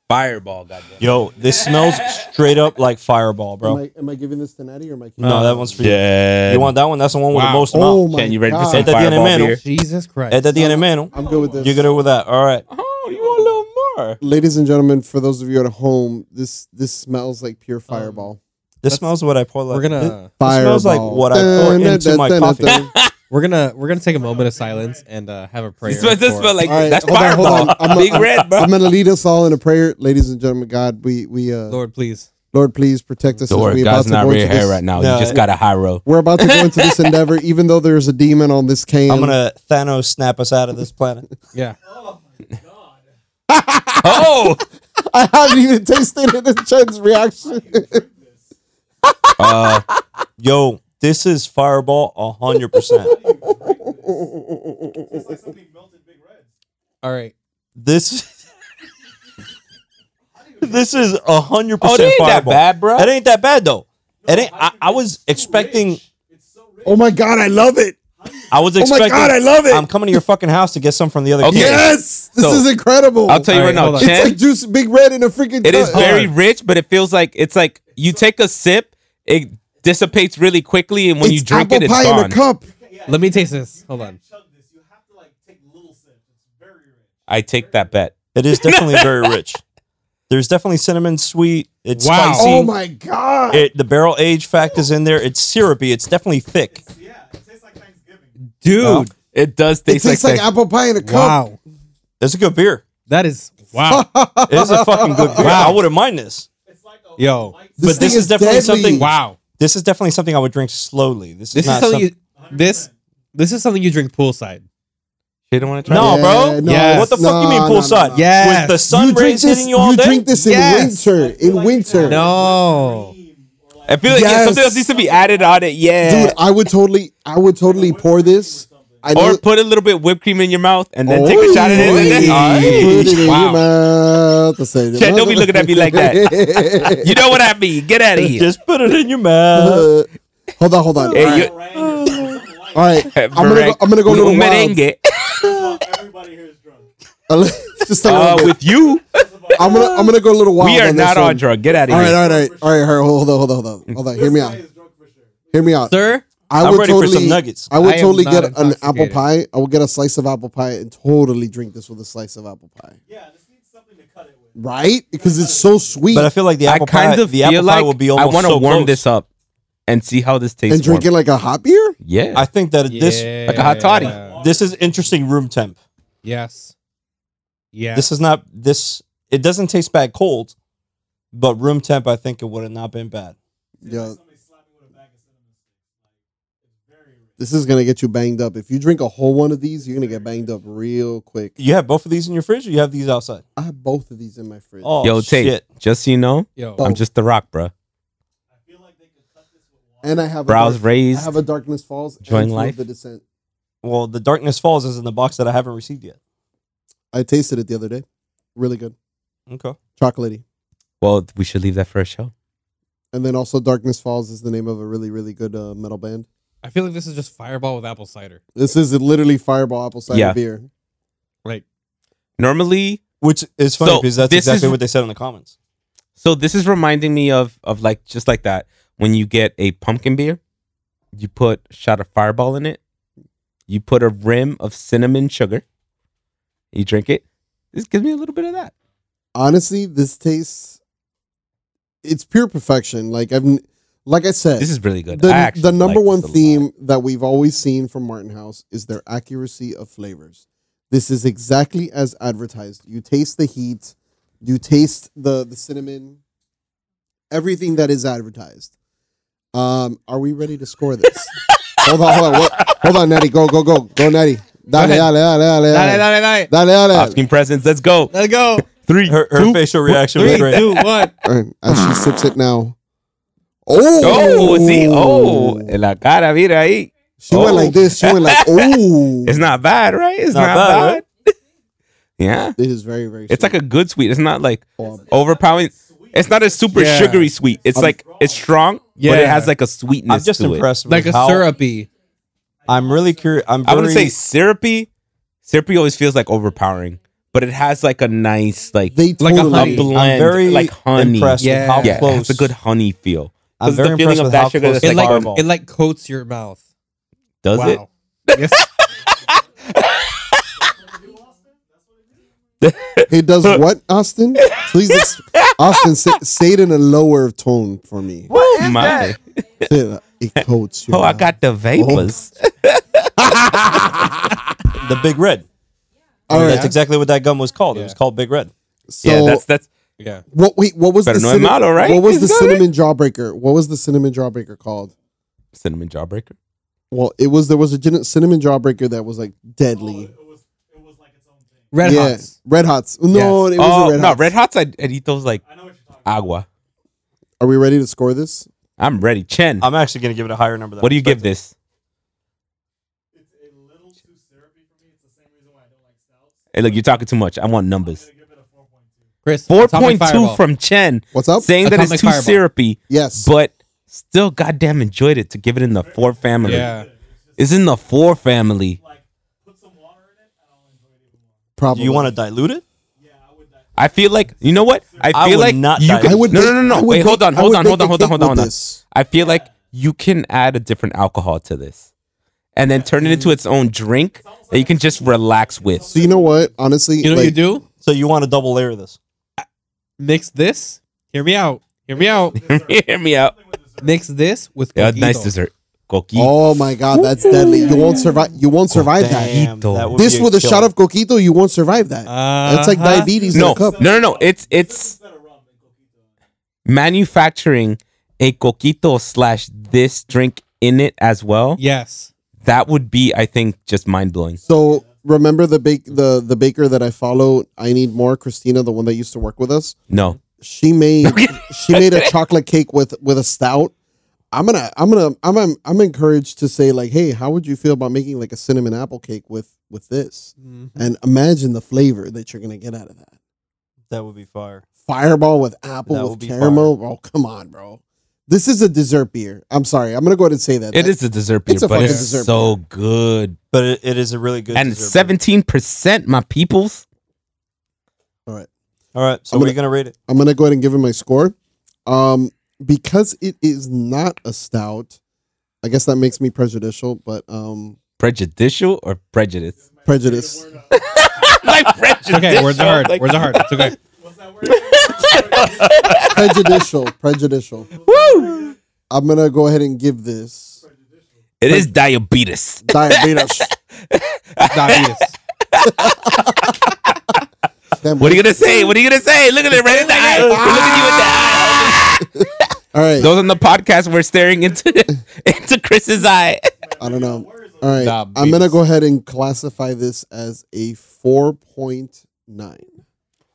Speaker 3: Fireball, goddamn.
Speaker 1: Yo, this smells straight up like Fireball,
Speaker 5: Am
Speaker 1: bro.
Speaker 5: I, am I giving this to Natty or am I? keeping
Speaker 1: No,
Speaker 5: it?
Speaker 1: that one's for you.
Speaker 3: Yeah.
Speaker 1: You want that one? That's the one with the
Speaker 4: Wow.
Speaker 1: most amount.
Speaker 5: Oh my
Speaker 3: Ken, you ready for
Speaker 5: God.
Speaker 3: some
Speaker 1: At the
Speaker 3: fireball
Speaker 1: Dinamino.
Speaker 3: beer?
Speaker 4: Jesus Christ!
Speaker 1: At the Dinamino.
Speaker 5: I'm good with this.
Speaker 1: You good with that? All right.
Speaker 3: Oh, you want a little more?
Speaker 5: Ladies and gentlemen, for those of you at home, this this smells like pure fireball.
Speaker 1: This
Speaker 4: That's-
Speaker 1: smells what I pour. Like,
Speaker 4: we're gonna
Speaker 5: Fireball.
Speaker 1: smells like what I poured into my coffee.
Speaker 4: we're gonna we're gonna take a moment of silence and uh, have a prayer.
Speaker 3: This does
Speaker 4: for-
Speaker 3: smell like
Speaker 5: All right,
Speaker 3: that's
Speaker 5: hold on, hold
Speaker 3: fireball.
Speaker 5: on. I'm-
Speaker 3: Big
Speaker 5: I'm-
Speaker 3: red, bro.
Speaker 5: I'm gonna lead us all in a prayer, ladies and gentlemen. God, we we uh, Lord,
Speaker 4: Lord, please.
Speaker 5: please protect us.
Speaker 3: Don't
Speaker 5: as
Speaker 3: worry,
Speaker 5: we
Speaker 3: God's not
Speaker 5: about to go
Speaker 3: really
Speaker 5: into
Speaker 3: here
Speaker 5: this-
Speaker 3: right now.
Speaker 1: No,
Speaker 3: you just
Speaker 1: it-
Speaker 3: got a high row.
Speaker 5: We're about to go into this endeavor, even though there's a demon on this can.
Speaker 1: I'm gonna Thanos snap us out of this planet.
Speaker 4: Yeah.
Speaker 3: Oh,
Speaker 5: I haven't even tasted it in Chen's reaction.
Speaker 3: uh,
Speaker 1: Yo, this is Fireball hundred percent.
Speaker 4: All right.
Speaker 1: This. This is hundred
Speaker 3: oh, that
Speaker 1: percent
Speaker 3: ain't that
Speaker 1: Fireball.
Speaker 3: bad, bro.
Speaker 1: It ain't that bad though. It ain't. I, I was expecting.
Speaker 5: oh my god, I love it.
Speaker 1: I was
Speaker 5: Oh my
Speaker 1: expecting.
Speaker 5: god, I love it.
Speaker 1: am coming to your fucking house to get some from the other.
Speaker 3: Okay.
Speaker 1: kid.
Speaker 5: yes, this
Speaker 3: So-
Speaker 5: is incredible.
Speaker 3: I'll tell you
Speaker 4: All
Speaker 3: right,
Speaker 4: right, hold
Speaker 3: now,
Speaker 4: on.
Speaker 5: it's
Speaker 3: Chen,
Speaker 5: like juice, big red in a freaking.
Speaker 3: it is
Speaker 5: cup.
Speaker 3: very rich, but it feels like it's like you take a sip, it dissipates really quickly, and when you
Speaker 5: It's
Speaker 3: drink
Speaker 5: apple
Speaker 3: it, it's
Speaker 5: pie
Speaker 3: gone.
Speaker 5: in a cup.
Speaker 4: Let me taste this. Hold on.
Speaker 3: I take that bet.
Speaker 1: It is definitely very rich. There's definitely cinnamon sweet. It's
Speaker 4: Wow.
Speaker 1: spicy.
Speaker 5: Oh my god.
Speaker 1: It, the barrel age fact is in there. It's syrupy. It's definitely thick.
Speaker 4: Dude.
Speaker 3: It does
Speaker 5: It
Speaker 3: taste
Speaker 5: tastes
Speaker 3: like,
Speaker 5: like, apple pie in a cup.
Speaker 4: wow.
Speaker 1: It's a good beer.
Speaker 4: That is wow.
Speaker 1: It is a fucking good beer. I wouldn't mind this.
Speaker 4: Yo.
Speaker 5: This
Speaker 1: but this
Speaker 5: thing
Speaker 1: is definitely something-
Speaker 4: Wow.
Speaker 1: This is definitely something I would drink slowly. This is
Speaker 4: This
Speaker 1: not
Speaker 4: is something
Speaker 1: something.
Speaker 4: you this this is something you drink poolside.
Speaker 3: You don't want to try.
Speaker 1: no,
Speaker 5: Yeah,
Speaker 1: bro.
Speaker 5: no,
Speaker 4: Yes.
Speaker 1: What the
Speaker 5: no,
Speaker 1: fuck you mean
Speaker 5: no, no,
Speaker 1: poolside?
Speaker 5: no.
Speaker 4: Yes.
Speaker 1: With the sun rays
Speaker 5: this,
Speaker 1: hitting you all
Speaker 5: you
Speaker 1: day.
Speaker 5: drink this in
Speaker 4: Yes.
Speaker 5: winter. In winter.
Speaker 4: No.
Speaker 3: I feel like yeah,
Speaker 5: Yes.
Speaker 3: something else needs to be added on it. Yeah,
Speaker 5: Dude, I would totally I would totally pour this. I
Speaker 3: or
Speaker 5: know-
Speaker 3: put a little bit of whipped cream in your mouth and then take a shot at it. And then,
Speaker 5: Put it in your
Speaker 3: wow.
Speaker 5: mouth. That's it.
Speaker 3: Chad, don't be looking at me like
Speaker 5: that.
Speaker 3: You know what I mean? Get out of here.
Speaker 1: Just put it in your
Speaker 5: Uh,
Speaker 1: mouth.
Speaker 5: hold on, hold on.
Speaker 3: Hey,
Speaker 5: All right.
Speaker 3: you-
Speaker 5: All right. I'm gonna go, I'm gonna go a
Speaker 3: Un
Speaker 5: little wild.
Speaker 3: merengue.
Speaker 5: Just a
Speaker 3: Uh,
Speaker 5: little bit.
Speaker 3: with you,
Speaker 5: I'm gonna I'm gonna go a little wild.
Speaker 3: we are
Speaker 5: on this
Speaker 3: not
Speaker 5: one.
Speaker 3: on drug. Get out of
Speaker 5: Oh, All right,
Speaker 3: here.
Speaker 5: all right, all right, all right. Hold on, hold on, hold on, hold on. Hear me out. Hear me out.
Speaker 4: Sir,
Speaker 5: I
Speaker 1: I'm
Speaker 5: would
Speaker 1: ready for
Speaker 5: totally.
Speaker 1: some nuggets.
Speaker 5: I would
Speaker 4: I am
Speaker 5: totally
Speaker 4: not
Speaker 5: get an apple
Speaker 4: intoxicated.
Speaker 5: pie. I would get a slice of apple pie and totally drink this with a slice of apple pie. Yeah, this needs something to cut it with. Right? Because it's so sweet.
Speaker 1: But I feel like the
Speaker 3: I
Speaker 1: apple
Speaker 3: kind
Speaker 1: pie.
Speaker 3: of
Speaker 1: The
Speaker 3: feel
Speaker 1: apple pie
Speaker 3: like
Speaker 1: will be
Speaker 3: I
Speaker 1: almost
Speaker 3: want to
Speaker 1: so
Speaker 3: warm
Speaker 1: close.
Speaker 3: this up and see how this tastes.
Speaker 5: and drink it
Speaker 3: warm.
Speaker 5: like a hot beer.
Speaker 3: yeah.
Speaker 1: I think that this
Speaker 4: Yeah.
Speaker 3: Like a hot toddy.
Speaker 1: this is interesting room temp.
Speaker 4: Yes. Yeah.
Speaker 1: This is not this. It doesn't taste bad cold, but room temp. I think it would have not been bad.
Speaker 5: Yeah. This is gonna get you banged up. If you drink a whole one of these, you're gonna get banged up real quick.
Speaker 1: You have both of these in your fridge, or you have these outside?
Speaker 5: I have both of these in my fridge.
Speaker 1: Oh,
Speaker 3: Yo, Tate,
Speaker 1: shit.
Speaker 3: just so you know,
Speaker 4: Yo.
Speaker 5: Oh.
Speaker 3: I'm just the rock, bro.
Speaker 5: and I have
Speaker 3: Brows
Speaker 5: a dark, I
Speaker 3: raised.
Speaker 5: have a Darkness Falls. and
Speaker 3: Enjoying
Speaker 5: two of
Speaker 3: life.
Speaker 5: The Descent.
Speaker 1: Well, the Darkness Falls is in the box that I haven't received yet.
Speaker 5: I tasted it the other day. Really good,
Speaker 1: Okay.
Speaker 5: chocolatey.
Speaker 3: Well, we should leave that for a show.
Speaker 5: And then also Darkness Falls is the name of a really really good uh, metal band.
Speaker 4: I feel like this is just fireball with apple cider.
Speaker 5: This is literally Fireball apple cider
Speaker 3: Yeah.
Speaker 5: beer.
Speaker 4: Like
Speaker 3: Normally,
Speaker 1: Which is funny
Speaker 3: So,
Speaker 1: because that's
Speaker 3: this
Speaker 1: exactly
Speaker 3: is-
Speaker 1: what they said in the comments.
Speaker 3: So this is reminding me of of like just like that when you get a pumpkin beer, you put a shot of fireball in it, you put a rim of cinnamon sugar, you drink it. This gives me a little bit of that.
Speaker 5: Honestly, this tastes. It's pure perfection. Like I've, n- like I said,
Speaker 3: This is really good. I
Speaker 5: the,
Speaker 3: actually
Speaker 5: the number
Speaker 3: like
Speaker 5: one
Speaker 3: this a lot.
Speaker 5: theme that we've always seen from Martin House is their accuracy of flavors. This is exactly as advertised. You taste the heat, you taste the the cinnamon, everything that is advertised. Um, are we ready to score this? hold on, hold on, what, hold on, Natty, go, go, go, go, Natty. Dale,
Speaker 4: ahead.
Speaker 5: dale, dale, dale,
Speaker 4: Dale,
Speaker 5: dale,
Speaker 4: dale, dale.
Speaker 5: dale, dale.
Speaker 3: Asking presents. Let's go.
Speaker 4: Let's go.
Speaker 3: Three.
Speaker 1: Her, her
Speaker 3: two,
Speaker 1: facial reaction
Speaker 4: Three,
Speaker 1: was great.
Speaker 4: two, one.
Speaker 5: All right, As she sips it now. Oh,
Speaker 3: Oh, see, oh, en la cara, mira ahí.
Speaker 5: She went
Speaker 3: Oh.
Speaker 5: like this. She went like, oh.
Speaker 3: It's not bad, right? It's
Speaker 1: Not
Speaker 3: not,
Speaker 1: bad,
Speaker 3: bad.
Speaker 1: right?
Speaker 3: yeah,
Speaker 5: It is very, very.
Speaker 3: it's
Speaker 5: sweet.
Speaker 3: like a good sweet. It's not like
Speaker 5: Oh,
Speaker 3: overpowering. It's not a super
Speaker 4: Yeah.
Speaker 3: sugary sweet. It's like it's strong, but
Speaker 4: Yeah.
Speaker 3: it has like a sweetness.
Speaker 1: I'm just
Speaker 3: to it.
Speaker 1: impressed with
Speaker 4: Like a
Speaker 1: how-
Speaker 4: syrupy.
Speaker 1: I'm really curious. I'm very,
Speaker 3: I wouldn't say syrupy. Syrupy always feels like overpowering, but it has like a nice like
Speaker 5: They
Speaker 4: Like a
Speaker 5: totally,
Speaker 3: a
Speaker 4: honey.
Speaker 3: blend,
Speaker 1: I'm very
Speaker 3: like honey.
Speaker 1: impressed
Speaker 4: Yeah.
Speaker 1: with how
Speaker 3: yeah,
Speaker 1: close.
Speaker 3: it's a good honey feel.
Speaker 1: I'm
Speaker 3: 'cause the
Speaker 1: very impressed
Speaker 3: feeling of
Speaker 1: with
Speaker 3: that
Speaker 1: how
Speaker 3: sugar
Speaker 1: close
Speaker 3: is
Speaker 1: the
Speaker 4: It like
Speaker 1: fireball.
Speaker 4: it like coats your mouth.
Speaker 3: Does it?
Speaker 4: wow. Yes.
Speaker 5: It does what, Austin? Please, ex- Austin, say, say it in a lower tone for me.
Speaker 3: Oh my!
Speaker 5: Say that. It coats your
Speaker 3: Oh, I
Speaker 5: mouth.
Speaker 3: got the vapors.
Speaker 1: the big red.
Speaker 5: All right.
Speaker 1: That's exactly what that gum was called. It was called Big Red.
Speaker 5: So,
Speaker 3: Yeah, that's that's
Speaker 4: Yeah.
Speaker 5: what? Wait, what was the
Speaker 3: Better know it
Speaker 5: cinnamon?
Speaker 3: malo, right?
Speaker 5: What was the
Speaker 3: It's good,
Speaker 5: cinnamon jawbreaker? What was the cinnamon jawbreaker called?
Speaker 3: cinnamon jawbreaker.
Speaker 5: Well, it was there was a gin- cinnamon jawbreaker that was like deadly.
Speaker 3: Oh,
Speaker 4: Red
Speaker 5: yeah,
Speaker 4: Hots.
Speaker 5: red hots. No, it wasn't
Speaker 3: Oh
Speaker 5: red
Speaker 3: no,
Speaker 5: hots.
Speaker 3: red hots. I I'd eat those like agua.
Speaker 5: Are we ready to score this?
Speaker 3: I'm ready, Chen.
Speaker 1: I'm actually going to give it a higher number. Than
Speaker 3: what
Speaker 1: I
Speaker 3: do you give
Speaker 1: expected.
Speaker 3: this? Hey, look, you're talking too much. I want numbers.
Speaker 4: Chris.
Speaker 3: Four
Speaker 4: Atomic
Speaker 3: point two
Speaker 4: Fireball.
Speaker 3: from Chen,
Speaker 5: What's up?
Speaker 3: saying that
Speaker 4: Atomic
Speaker 3: it's too
Speaker 4: Fireball.
Speaker 3: syrupy,
Speaker 5: yes,
Speaker 3: but still, goddamn, enjoyed it to give it in the four family.
Speaker 4: Yeah.
Speaker 3: It's in the four family.
Speaker 5: probably.
Speaker 1: Do you want to dilute it?
Speaker 3: I feel like you know what? I
Speaker 1: I
Speaker 3: feel
Speaker 1: would
Speaker 3: like
Speaker 1: not
Speaker 3: you
Speaker 1: dilute
Speaker 3: can,
Speaker 1: it.
Speaker 5: I would
Speaker 3: no,
Speaker 5: bake-
Speaker 3: no, no, no.
Speaker 5: I would
Speaker 3: Wait, hold
Speaker 5: bake-
Speaker 3: on,
Speaker 5: I
Speaker 3: hold
Speaker 5: would
Speaker 3: on,
Speaker 5: bake
Speaker 3: hold
Speaker 5: a
Speaker 3: on, hold on,
Speaker 5: cake
Speaker 3: hold on, hold
Speaker 5: with
Speaker 3: on.
Speaker 5: this.
Speaker 3: I feel like you can add a different alcohol to this, and then turn it into its own drink that you can just relax with.
Speaker 5: So you know what? Honestly,
Speaker 4: You know what
Speaker 5: like,
Speaker 4: you do?
Speaker 1: So you want to double layer this?
Speaker 4: Mix this. Hear me out. Hear me out.
Speaker 3: Hear me out.
Speaker 4: Mix this with
Speaker 3: Yeah, nice
Speaker 4: coquito.
Speaker 3: dessert. Coquito.
Speaker 5: Oh my god, that's deadly. You won't survive you won't survive that.
Speaker 1: Damn, that would
Speaker 5: This
Speaker 1: be
Speaker 5: with a shot
Speaker 1: killer.
Speaker 5: of coquito, you won't survive that. That's like
Speaker 4: Uh-huh.
Speaker 5: diabetes
Speaker 3: no,
Speaker 5: in a
Speaker 3: no,
Speaker 5: cup.
Speaker 3: no, no. It's it's manufacturing a coquito slash this drink in it as well.
Speaker 4: Yes.
Speaker 3: That would be, I think, just mind blowing.
Speaker 5: So remember the bake the the baker that I follow, I need more, Christina, the one that used to work with us.
Speaker 3: No,
Speaker 5: She made she made a chocolate cake with with a stout. I'm gonna I'm gonna I'm I'm, I'm encouraged to say like, hey, how would you feel about making like a cinnamon apple cake with with this?
Speaker 4: Mm-hmm.
Speaker 5: And imagine the flavor that you're gonna get out of that.
Speaker 1: That would be fire.
Speaker 5: Fireball with
Speaker 1: That
Speaker 5: apple
Speaker 1: would
Speaker 5: with
Speaker 1: be
Speaker 5: caramel. Oh, come on, bro. This is a dessert beer. I'm sorry. I'm gonna go ahead and say that.
Speaker 3: it
Speaker 5: That-
Speaker 3: is a dessert beer,
Speaker 5: It's a
Speaker 3: but
Speaker 5: fucking
Speaker 3: it's
Speaker 5: dessert
Speaker 3: so good.
Speaker 1: But it, it is a really good
Speaker 3: and
Speaker 1: dessert.
Speaker 3: seventeen percent, my peoples.
Speaker 5: All right.
Speaker 1: All right. So
Speaker 5: I'm
Speaker 1: what are you going to rate it?
Speaker 5: I'm gonna go ahead and give it my score. Um, because it is not a stout. I guess that makes me prejudicial, but um,
Speaker 3: Prejudicial or prejudice?
Speaker 5: prejudice.
Speaker 3: like prejudice.
Speaker 4: Okay, words are hard. Words are hard. It's okay.
Speaker 5: prejudicial, prejudicial.
Speaker 3: Woo!
Speaker 5: I'm gonna go ahead and give this
Speaker 3: It is diabetes.
Speaker 5: diabetes.
Speaker 4: Diabetes.
Speaker 5: Damn,
Speaker 3: What are you gonna say? What are you gonna say? Look at it right in the eye. Ah! Look at you in the eye.
Speaker 5: All right.
Speaker 3: Those on the podcast were staring into into Chris's eye.
Speaker 5: I don't know. All right. I'm
Speaker 3: Diabetes.
Speaker 5: gonna go ahead and classify this as a four point nine.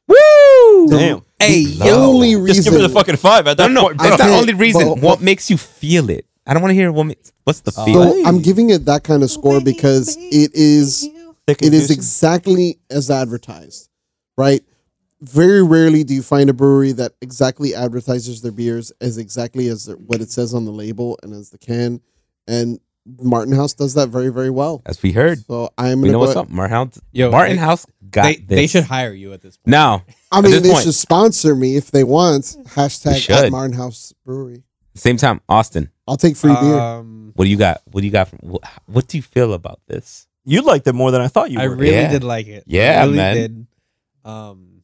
Speaker 3: Woo!
Speaker 1: Damn.
Speaker 5: Hey, the only reason
Speaker 1: Just give me the fucking five at
Speaker 3: No,
Speaker 1: that
Speaker 3: no,
Speaker 1: point.
Speaker 3: it's not
Speaker 5: Okay,
Speaker 3: the only reason.
Speaker 5: but-
Speaker 3: what makes you feel it? I don't want to hear what. ma- What's the feel?
Speaker 5: So I'm giving it that kind of score because it is
Speaker 1: Thick
Speaker 5: it
Speaker 1: and
Speaker 5: is
Speaker 1: juicy.
Speaker 5: exactly as advertised, right? Very rarely do you find a brewery that exactly advertises their beers as exactly as what it says on the label and as the can, and Martin House does that very, very well.
Speaker 3: As we heard,
Speaker 5: So I'm
Speaker 3: we
Speaker 5: gonna
Speaker 3: know
Speaker 5: go.
Speaker 3: what's up. Martin House,
Speaker 4: Yo,
Speaker 3: Martin
Speaker 4: they-
Speaker 3: House got
Speaker 4: They,
Speaker 3: this.
Speaker 4: they should hire you at this point.
Speaker 3: now.
Speaker 5: I
Speaker 3: At
Speaker 5: mean,
Speaker 3: this
Speaker 5: they
Speaker 3: point-
Speaker 5: should sponsor me if they want. Hashtag
Speaker 3: should.
Speaker 5: at Martin House Brewery.
Speaker 3: Same time, Austin.
Speaker 5: I'll take free beer.
Speaker 3: Uh,
Speaker 4: Um,
Speaker 3: What do you got? What do you got? From, wh- what do you feel about this?
Speaker 1: You liked it more than I thought you
Speaker 4: I
Speaker 1: would.
Speaker 4: really
Speaker 3: Yeah.
Speaker 4: did like it. I
Speaker 3: Yeah,
Speaker 4: really
Speaker 3: man.
Speaker 4: Did. Um,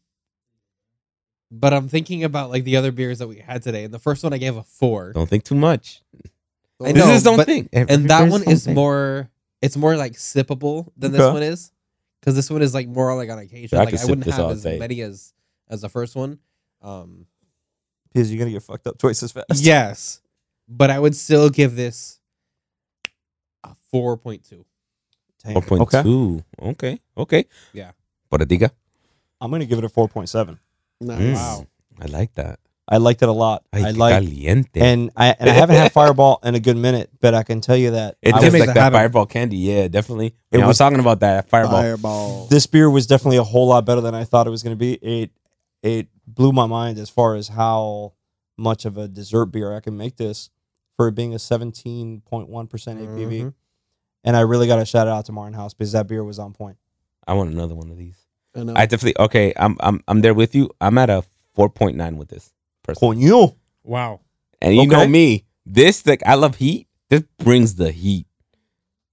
Speaker 4: but I'm thinking about like the other beers that we had today, and the first one I gave a four,
Speaker 3: Don't think too much.
Speaker 4: I
Speaker 3: this
Speaker 4: know,
Speaker 3: is don't
Speaker 4: but-
Speaker 3: think.
Speaker 4: and that one is more. It's more like sippable than this
Speaker 1: Okay.
Speaker 4: one is, because this one is like more like on occasion.
Speaker 3: I
Speaker 4: like
Speaker 3: could
Speaker 4: I
Speaker 3: sip
Speaker 4: wouldn't
Speaker 3: this
Speaker 4: have
Speaker 3: all
Speaker 4: as
Speaker 3: day.
Speaker 4: many as as the first one. Um,
Speaker 1: Because you're gonna get fucked up twice as fast.
Speaker 4: yes, but I would still give this a four point two.
Speaker 1: Damn.
Speaker 3: Four point
Speaker 1: Okay.
Speaker 3: two. Okay. Okay.
Speaker 4: Yeah.
Speaker 3: Boradiga.
Speaker 1: I'm gonna give it a four point seven.
Speaker 5: Nice.
Speaker 4: Wow.
Speaker 3: Mm. I like that.
Speaker 1: I liked it a lot.
Speaker 3: Ay,
Speaker 1: I
Speaker 3: qué
Speaker 1: like
Speaker 3: caliente.
Speaker 1: and I and I haven't had Fireball in a good minute, but I can tell you that
Speaker 3: it
Speaker 1: I
Speaker 4: tastes
Speaker 3: tastes
Speaker 1: was-
Speaker 3: like
Speaker 4: that
Speaker 3: that
Speaker 4: happen.
Speaker 3: fireball candy. Yeah, definitely.
Speaker 1: It
Speaker 3: It I was
Speaker 1: was-
Speaker 3: talking about that fireball.
Speaker 5: Fireball.
Speaker 1: this beer was definitely a whole lot better than I thought it was gonna be. It it blew my mind as far as how much of a dessert beer I can make this for it being a seventeen point one percent ABV.
Speaker 4: Mhm.
Speaker 1: And I really got to shout out to Martin House because that beer was on point.
Speaker 3: I want another one of these.
Speaker 5: I know.
Speaker 3: I definitely okay. I'm I'm I'm there with you. I'm at a four point nine with this person.
Speaker 1: Coño.
Speaker 4: Wow.
Speaker 3: And you know
Speaker 1: Okay.
Speaker 3: me, this like I love heat. This brings the heat,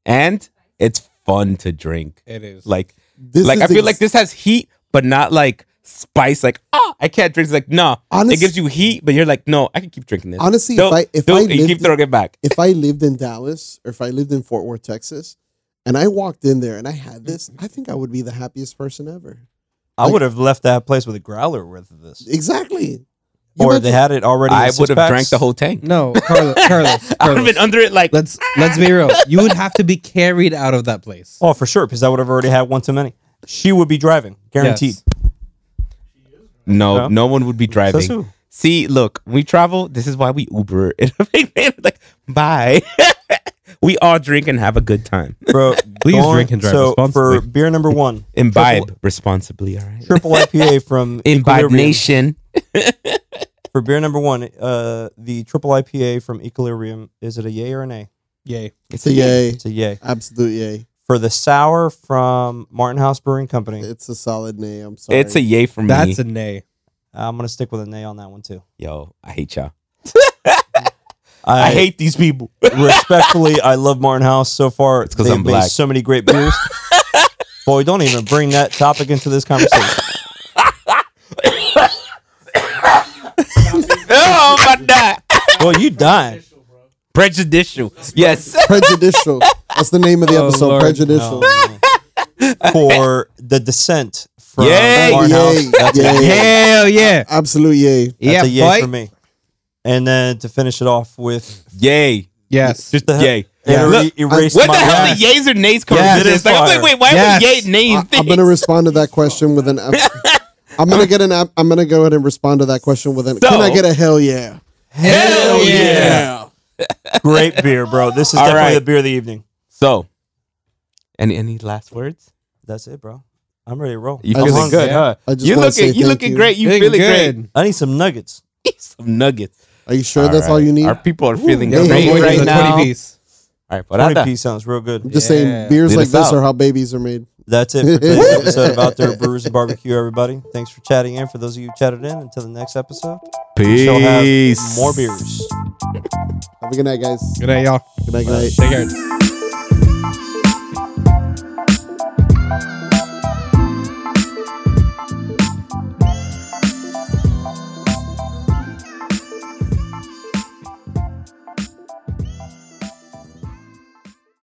Speaker 3: and it's fun to drink.
Speaker 4: It is
Speaker 3: Like
Speaker 5: This
Speaker 3: like
Speaker 5: is
Speaker 3: I feel
Speaker 5: ex-
Speaker 3: like this has heat, but not like spice. Like ah, I can't drink. It's like no,
Speaker 5: Honest-
Speaker 3: it gives you heat, but you're like no, I can keep drinking this.
Speaker 5: Honestly, if
Speaker 3: Don't-
Speaker 5: I if
Speaker 3: don't-
Speaker 5: I
Speaker 3: you keep
Speaker 5: lived,
Speaker 3: throwing it back.
Speaker 5: if I lived in Dallas or if I lived in Fort Worth, Texas, and I walked in there and I had this, I think I would be the happiest person ever.
Speaker 1: I
Speaker 5: Like-
Speaker 1: would have left that place with a growler worth of this.
Speaker 5: Exactly. You
Speaker 1: Or if
Speaker 5: imagine-
Speaker 1: they had it already. in
Speaker 3: I would have
Speaker 1: six-packs.
Speaker 3: drank the whole tank.
Speaker 4: no Carlos. Carlos,
Speaker 3: I would have been
Speaker 4: Carlos.
Speaker 3: under it like
Speaker 4: Let's let's be real. You would have to be carried out of that place.
Speaker 1: Oh, for sure, because I would have already had one too many. She would be driving, guaranteed.
Speaker 4: Yes.
Speaker 3: no,
Speaker 1: No.
Speaker 3: no, one would be driving.
Speaker 1: Says who?
Speaker 3: See, look, we travel. This is why we Uber. It'll make me like, bye. we all drink and have a good time.
Speaker 1: Bro,
Speaker 4: Please
Speaker 1: go on.
Speaker 4: drink and drive
Speaker 1: so For
Speaker 4: responsibly.
Speaker 1: beer number one,
Speaker 3: Imbibe responsibly, all right?
Speaker 1: triple IPA from
Speaker 3: Imbibe
Speaker 1: Equilibrium.
Speaker 3: Nation.
Speaker 1: For beer number one, uh, the triple IPA from Equilibrium is it a yay or an A?
Speaker 4: Yay.
Speaker 5: It's a yay.
Speaker 1: It's a yay.
Speaker 5: Absolute yay.
Speaker 1: For the sour from Martin House Brewing Company,
Speaker 5: It's a solid nay. I'm sorry.
Speaker 3: It's a yay for me.
Speaker 4: That's a nay.
Speaker 1: I'm gonna stick with an A on that one too.
Speaker 3: Yo, I hate y'all.
Speaker 1: I,
Speaker 3: I hate these people.
Speaker 1: respectfully, I love Martin House so far. It's
Speaker 3: 'cause
Speaker 1: they've
Speaker 3: I'm
Speaker 1: made
Speaker 3: black.
Speaker 1: so many great beers. Boy, don't even bring that topic into this conversation.
Speaker 3: oh, my God.
Speaker 1: Boy, you dying.
Speaker 3: Prejudicial. Yes.
Speaker 5: prejudicial. That's the name of the
Speaker 4: Oh,
Speaker 5: episode.
Speaker 4: Lord,
Speaker 5: prejudicial.
Speaker 1: for the descent from
Speaker 3: Yay!
Speaker 1: Barn House.
Speaker 5: Yay!
Speaker 1: That's, A,
Speaker 5: Yay!
Speaker 4: Hell yeah.
Speaker 5: Absolute yay.
Speaker 1: that's
Speaker 4: yeah,
Speaker 1: a yay
Speaker 4: boy.
Speaker 1: for me. And then to finish it off with
Speaker 3: Yay.
Speaker 4: Yes.
Speaker 1: just the
Speaker 3: Yay.
Speaker 1: Yeah.
Speaker 3: Look,
Speaker 1: erase
Speaker 3: What
Speaker 1: my
Speaker 3: the hell
Speaker 1: last-
Speaker 3: the yays or nays coming
Speaker 1: Yes,
Speaker 3: to this?
Speaker 1: it is
Speaker 3: Like, I'm
Speaker 1: fire.
Speaker 3: like, wait, why
Speaker 4: Yes.
Speaker 3: are we yay nays?
Speaker 5: I, am gonna respond to that question with an. i I'm gonna get an. ab- I'm gonna go ahead and respond to that question with an. can I
Speaker 3: So-
Speaker 5: get a hell yeah?
Speaker 3: Hell
Speaker 1: great beer, bro. This is
Speaker 3: All
Speaker 1: definitely
Speaker 3: right.
Speaker 1: the beer of the evening.
Speaker 3: So, any any last words?
Speaker 1: That's it, bro. I'm ready to roll.
Speaker 3: You
Speaker 5: I
Speaker 3: feeling
Speaker 5: just-
Speaker 3: good,
Speaker 4: yeah.
Speaker 3: huh?
Speaker 5: I just
Speaker 3: You
Speaker 5: wanna
Speaker 3: looking
Speaker 5: say
Speaker 3: you
Speaker 5: thank
Speaker 3: looking
Speaker 5: you.
Speaker 3: great. You
Speaker 4: Feeling
Speaker 3: feeling
Speaker 4: good.
Speaker 3: great.
Speaker 1: I need some nuggets.
Speaker 3: Eat some nuggets.
Speaker 5: Are you sure that's
Speaker 3: right.
Speaker 5: all you need?
Speaker 3: Our people are feeling
Speaker 5: Ooh,
Speaker 3: great
Speaker 5: yeah.
Speaker 4: Going to
Speaker 3: right
Speaker 4: the
Speaker 3: now.
Speaker 4: 20 piece.
Speaker 3: All right,
Speaker 1: Twenty
Speaker 3: parada.
Speaker 1: piece sounds real good.
Speaker 5: I'm just
Speaker 4: Yeah.
Speaker 5: saying, beers
Speaker 3: Lead
Speaker 5: like
Speaker 3: us
Speaker 5: this
Speaker 3: out.
Speaker 5: are how babies are made.
Speaker 1: That's it for today's episode of Out There Brewers and Barbecue, everybody. Thanks for chatting in. For those of you who chatted in, until the next episode, we shall have more beers.
Speaker 5: Have a good night, guys.
Speaker 4: Good night, y'all.
Speaker 5: Good night, good night.
Speaker 4: Take care.